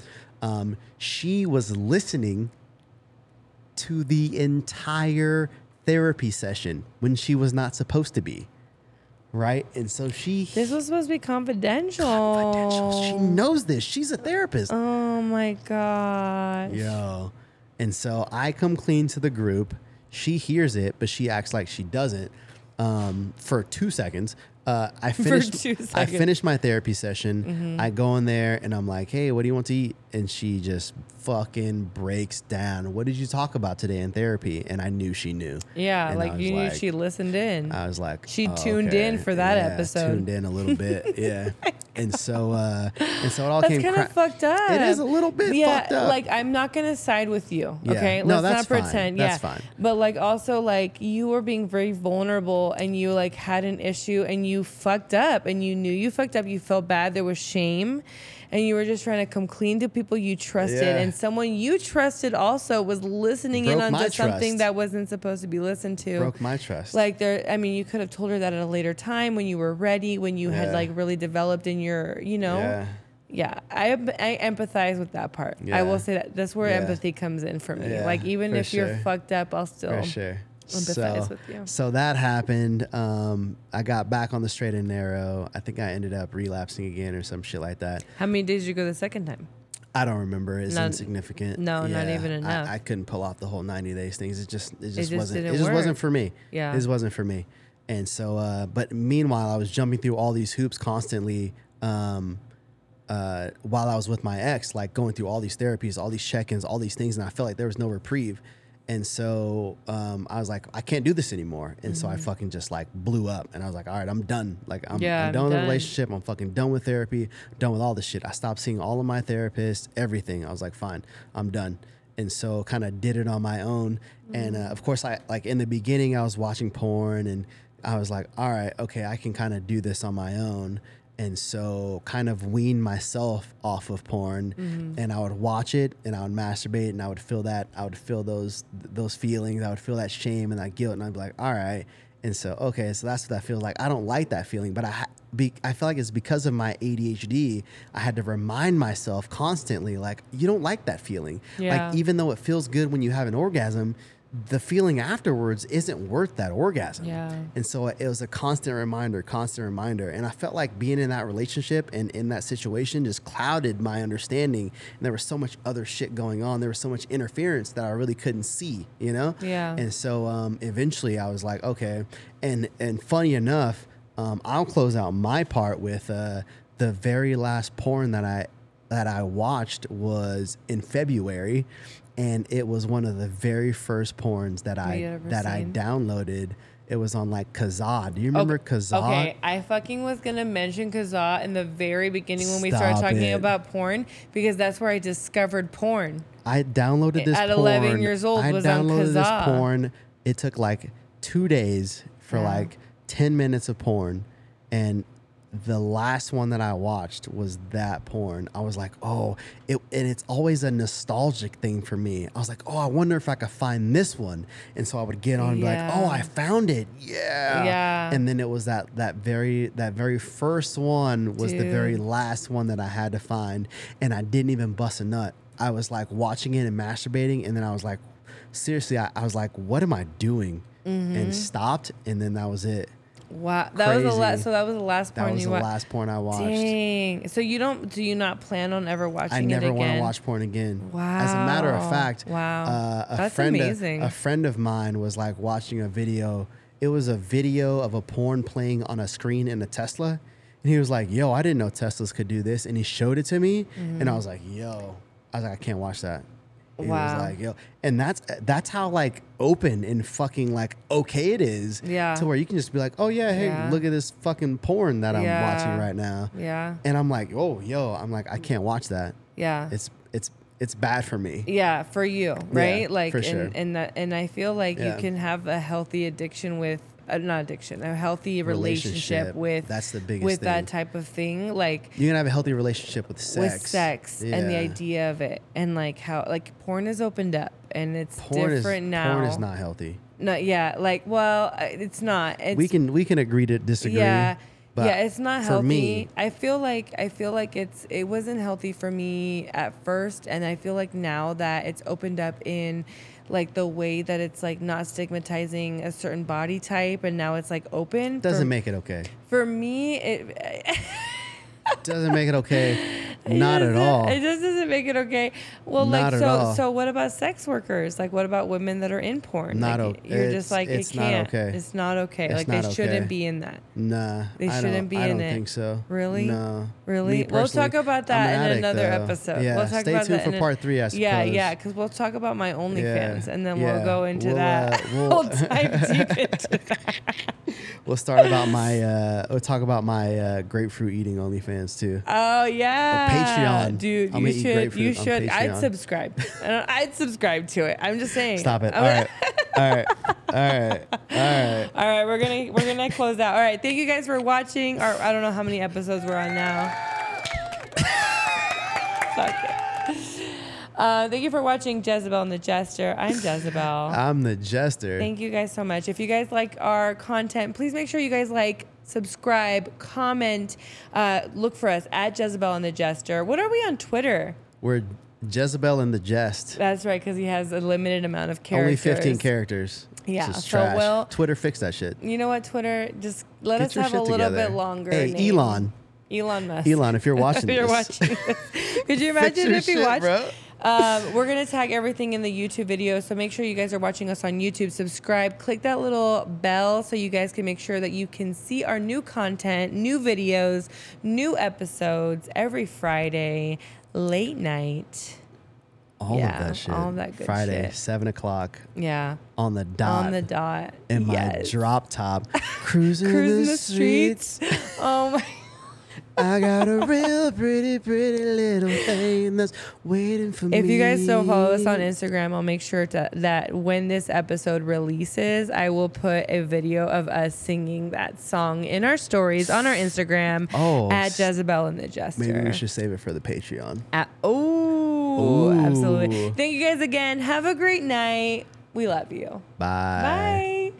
Um, she was listening to the entire therapy session when she was not supposed to be. Right? And so she This was supposed to be confidential. confidential. She knows this. She's a therapist. Oh my gosh. Yo. And so I come clean to the group. She hears it, but she acts like she doesn't. Um, for two seconds. Uh, I finished two I seconds. Mm-hmm. finished my therapy session. I go in there and I'm like, hey, what do you want to eat? And she just fucking breaks down. What did you talk about today in therapy? And I knew she knew. Yeah, And I like was you knew she listened in. I was like, She "Oh, tuned in okay." for that Yeah, episode. Tuned in a little bit, yeah. and so, uh, and so it all That's came. kind of cra- fucked up. It is a little bit Yeah, fucked up. like I'm not gonna side with you. Yeah. Okay, No, let's that's not fine. pretend. Yeah, That's fine. But like also like you were being very vulnerable and you like had an issue and you fucked up and you knew you fucked up. You felt bad. There was shame, and you were just trying to come clean to people you trusted Yeah. and someone you trusted also was listening in Broke onto my something trust. that wasn't supposed to be listened to. broke my trust. Like there, I mean, you could have told her that at a later time when you were ready, when you had Yeah. like really developed in your, you know. Yeah. Yeah, I em- I empathize with that part. I Yeah. will say that that's where Yeah. empathy comes in for me. Yeah, Like even for if you're sure. fucked up, I'll still for sure. Empathize with you. so that happened. Um, I got back on the straight and narrow. I think I ended up relapsing again or some shit like that. How many days did you go the second time? I don't remember. It's Not- insignificant. no, not even I- enough. I, couldn't pull off the whole ninety days things. It just it just, just wasn't didn't it just work. wasn't for me. Yeah. It just wasn't for me. And so uh but meanwhile I was jumping through all these hoops constantly um uh while I was with my ex, like going through all these therapies, all these check ins, all these things, and I felt like there was no reprieve. And so um, I was like, I can't do this anymore. And so I fucking just like blew up. And I was like, all right, I'm done. Like, I'm, Mm-hmm. Yeah, I'm I'm done with the done. relationship relationship. I'm fucking done with therapy, done with all this shit. I stopped seeing all of my therapists, everything. I was like, fine, I'm done. And so kind of did it on my own. And Mm-hmm. uh, of course, I like in the beginning, I was watching porn and I was like, all right, okay, I can kind of do this on my own. And so kind of wean myself off of porn Mm-hmm. and I would watch it and I would masturbate and I would feel that I would feel those those feelings. I would feel that shame and that guilt and I'd be like, all right. And so, okay, so that's what that feels like. I don't like that feeling, but I, ha- be, I feel like it's because of my ADHD. I had to remind myself constantly, like, you don't like that feeling. Yeah. Like, even though it feels good when you have an orgasm, the feeling afterwards isn't worth that orgasm. Yeah. And so it was a constant reminder, constant reminder. And I felt like being in that relationship and in that situation just clouded my understanding. And there was so much other shit going on. There was so much interference that I really couldn't see, you know? Yeah. And so um, eventually I was like, okay. And and funny enough, um, I'll close out my part with uh, the very last porn that I that I watched was in February, and it was one of the very first porns that you I ever that I seen? downloaded. It was on like Kazaa. Do you remember Kazaa? Okay, I fucking was gonna mention Kazaa in the very beginning when we started Stop talking it. about porn because that's where I discovered porn. I downloaded this At porn. 11 years old I was on Kazaa. downloaded this porn. It took like two days for like ten minutes of porn, and the last one that I watched was that porn. I was like, oh, it, and it's always a nostalgic thing for me. I was like, oh, I wonder if I could find this one, and so I would get on and be like, Yeah. oh, I found it, yeah, Yeah. And then it was that that very that very first one was the very Dude. last one that I had to find, and I didn't even bust a nut. I was like watching it and masturbating, and then I was like, seriously, I, I was like, what am I doing? Mm-hmm. And stopped, and then that was it. Wow, that was the last. Crazy. So that was the last That porn was you the watched. last porn I watched. Dang. So you don't? Do you not plan on ever watching I it never again? want to watch porn again. As a matter of Wow. fact, Wow. uh, a That's friend, amazing. A, friend of mine was like watching a video. It was a video of a porn playing on a screen in a Tesla, and he was like, "Yo, I didn't know Teslas could do this," and he showed it to me, Mm-hmm. and I was like, "Yo," I was like, "I can't watch that." And He Wow. was like, "Yo," and that's that's how like open and fucking like okay it is. Yeah. To where you can just be like, "Oh yeah, hey, Yeah. look at this fucking porn that I'm Yeah. watching right now." Yeah. And I'm like, oh, yo, I'm like, I can't watch that. Yeah. It's it's it's bad for me. yeah for you right like for and, sure. and that and i feel like Yeah. you can have a healthy addiction with uh, not addiction a healthy relationship, Relationship. with That's the biggest with that thing. type of thing like You're gonna have a healthy relationship with sex. with sex and the Yeah. idea of it and like how like porn is opened up and it's Porn is different now porn is not healthy. not yeah like well I- it's not it's we can we can agree to disagree. yeah but yeah it's not for healthy me. i feel like i feel like it's it wasn't healthy for me at first and i feel like now that it's opened up in like the way that it's like not stigmatizing a certain body type and now it's like open Doesn't for, make it okay. for me it Doesn't make it okay. not at doesn't- all. It just doesn't make it okay. Well, Not like at so. all. So what about sex workers? Like what about women that are in porn? Not like, o- You're just it's- like it's it not can't. okay. It's not okay. It's like not they okay. shouldn't be in that. Nah, They I shouldn't don't- be I in don't it. think so. Really? No. Really? Me We'll talk personally, about I'm that an in addict, another though. episode. Yeah. We'll talk Stay about tuned that for in a- part three. I Yeah, suppose. yeah, because we'll talk about my OnlyFans, and then yeah. we'll go into We'll, that. uh, we'll, we'll- dive deep into that. We'll start about my. Uh, we'll talk about my uh, grapefruit eating OnlyFans too. Oh yeah, Patreon. dude, you I'm gonna eat should, you grapefruit on should. I'd Patreon. subscribe. I don't- I'd subscribe to it. I'm just saying. Stop it. I'm All right. All right. All right. All right. All right, we're gonna we're gonna close out. All right, thank you guys for watching. Or I don't know how many episodes we're on now. Fuck it. Uh, thank you for watching Jezebel and the Jester. I'm Jezebel. I'm the jester. Thank you guys so much. If you guys like our content, please make sure you guys like, subscribe, comment. Uh, look for us at Jezebel and the Jester. What are we on Twitter? We're Jezebel and the Jest. That's right, because he has a limited amount of characters. Only 15 characters. Yeah, This is so, trash. well- Twitter fix that shit. You know what, Twitter? Just let Get us your have a shit little together. bit longer. Hey, name. Elon. Elon Musk. Elon, if you're watching If you're this, watching this. Could you imagine your if you shit, watch? bro. Um, we're gonna tag everything in the YouTube video, so make sure you guys are watching us on YouTube. Subscribe, click that little bell, so you guys can make sure that you can see our new content, new videos, new episodes every Friday, late night. all Yeah, of that shit. all that good Friday, shit. 7 o'clock Yeah, on the dot. on the dot. Uh, in my Yes. drop top, cruising, Cruising the, the streets. streets. oh my. I got a real pretty, pretty little thing that's waiting for me. If you guys don't follow us on Instagram, I'll make sure to, that when this episode releases, I will put a video of us singing that song in our stories on our Instagram Oh, at s- Jezebel and the Jester. maybe we should save it for the Patreon. At, oh, Ooh. absolutely. Thank you guys again. Have a great night. We love you. Bye.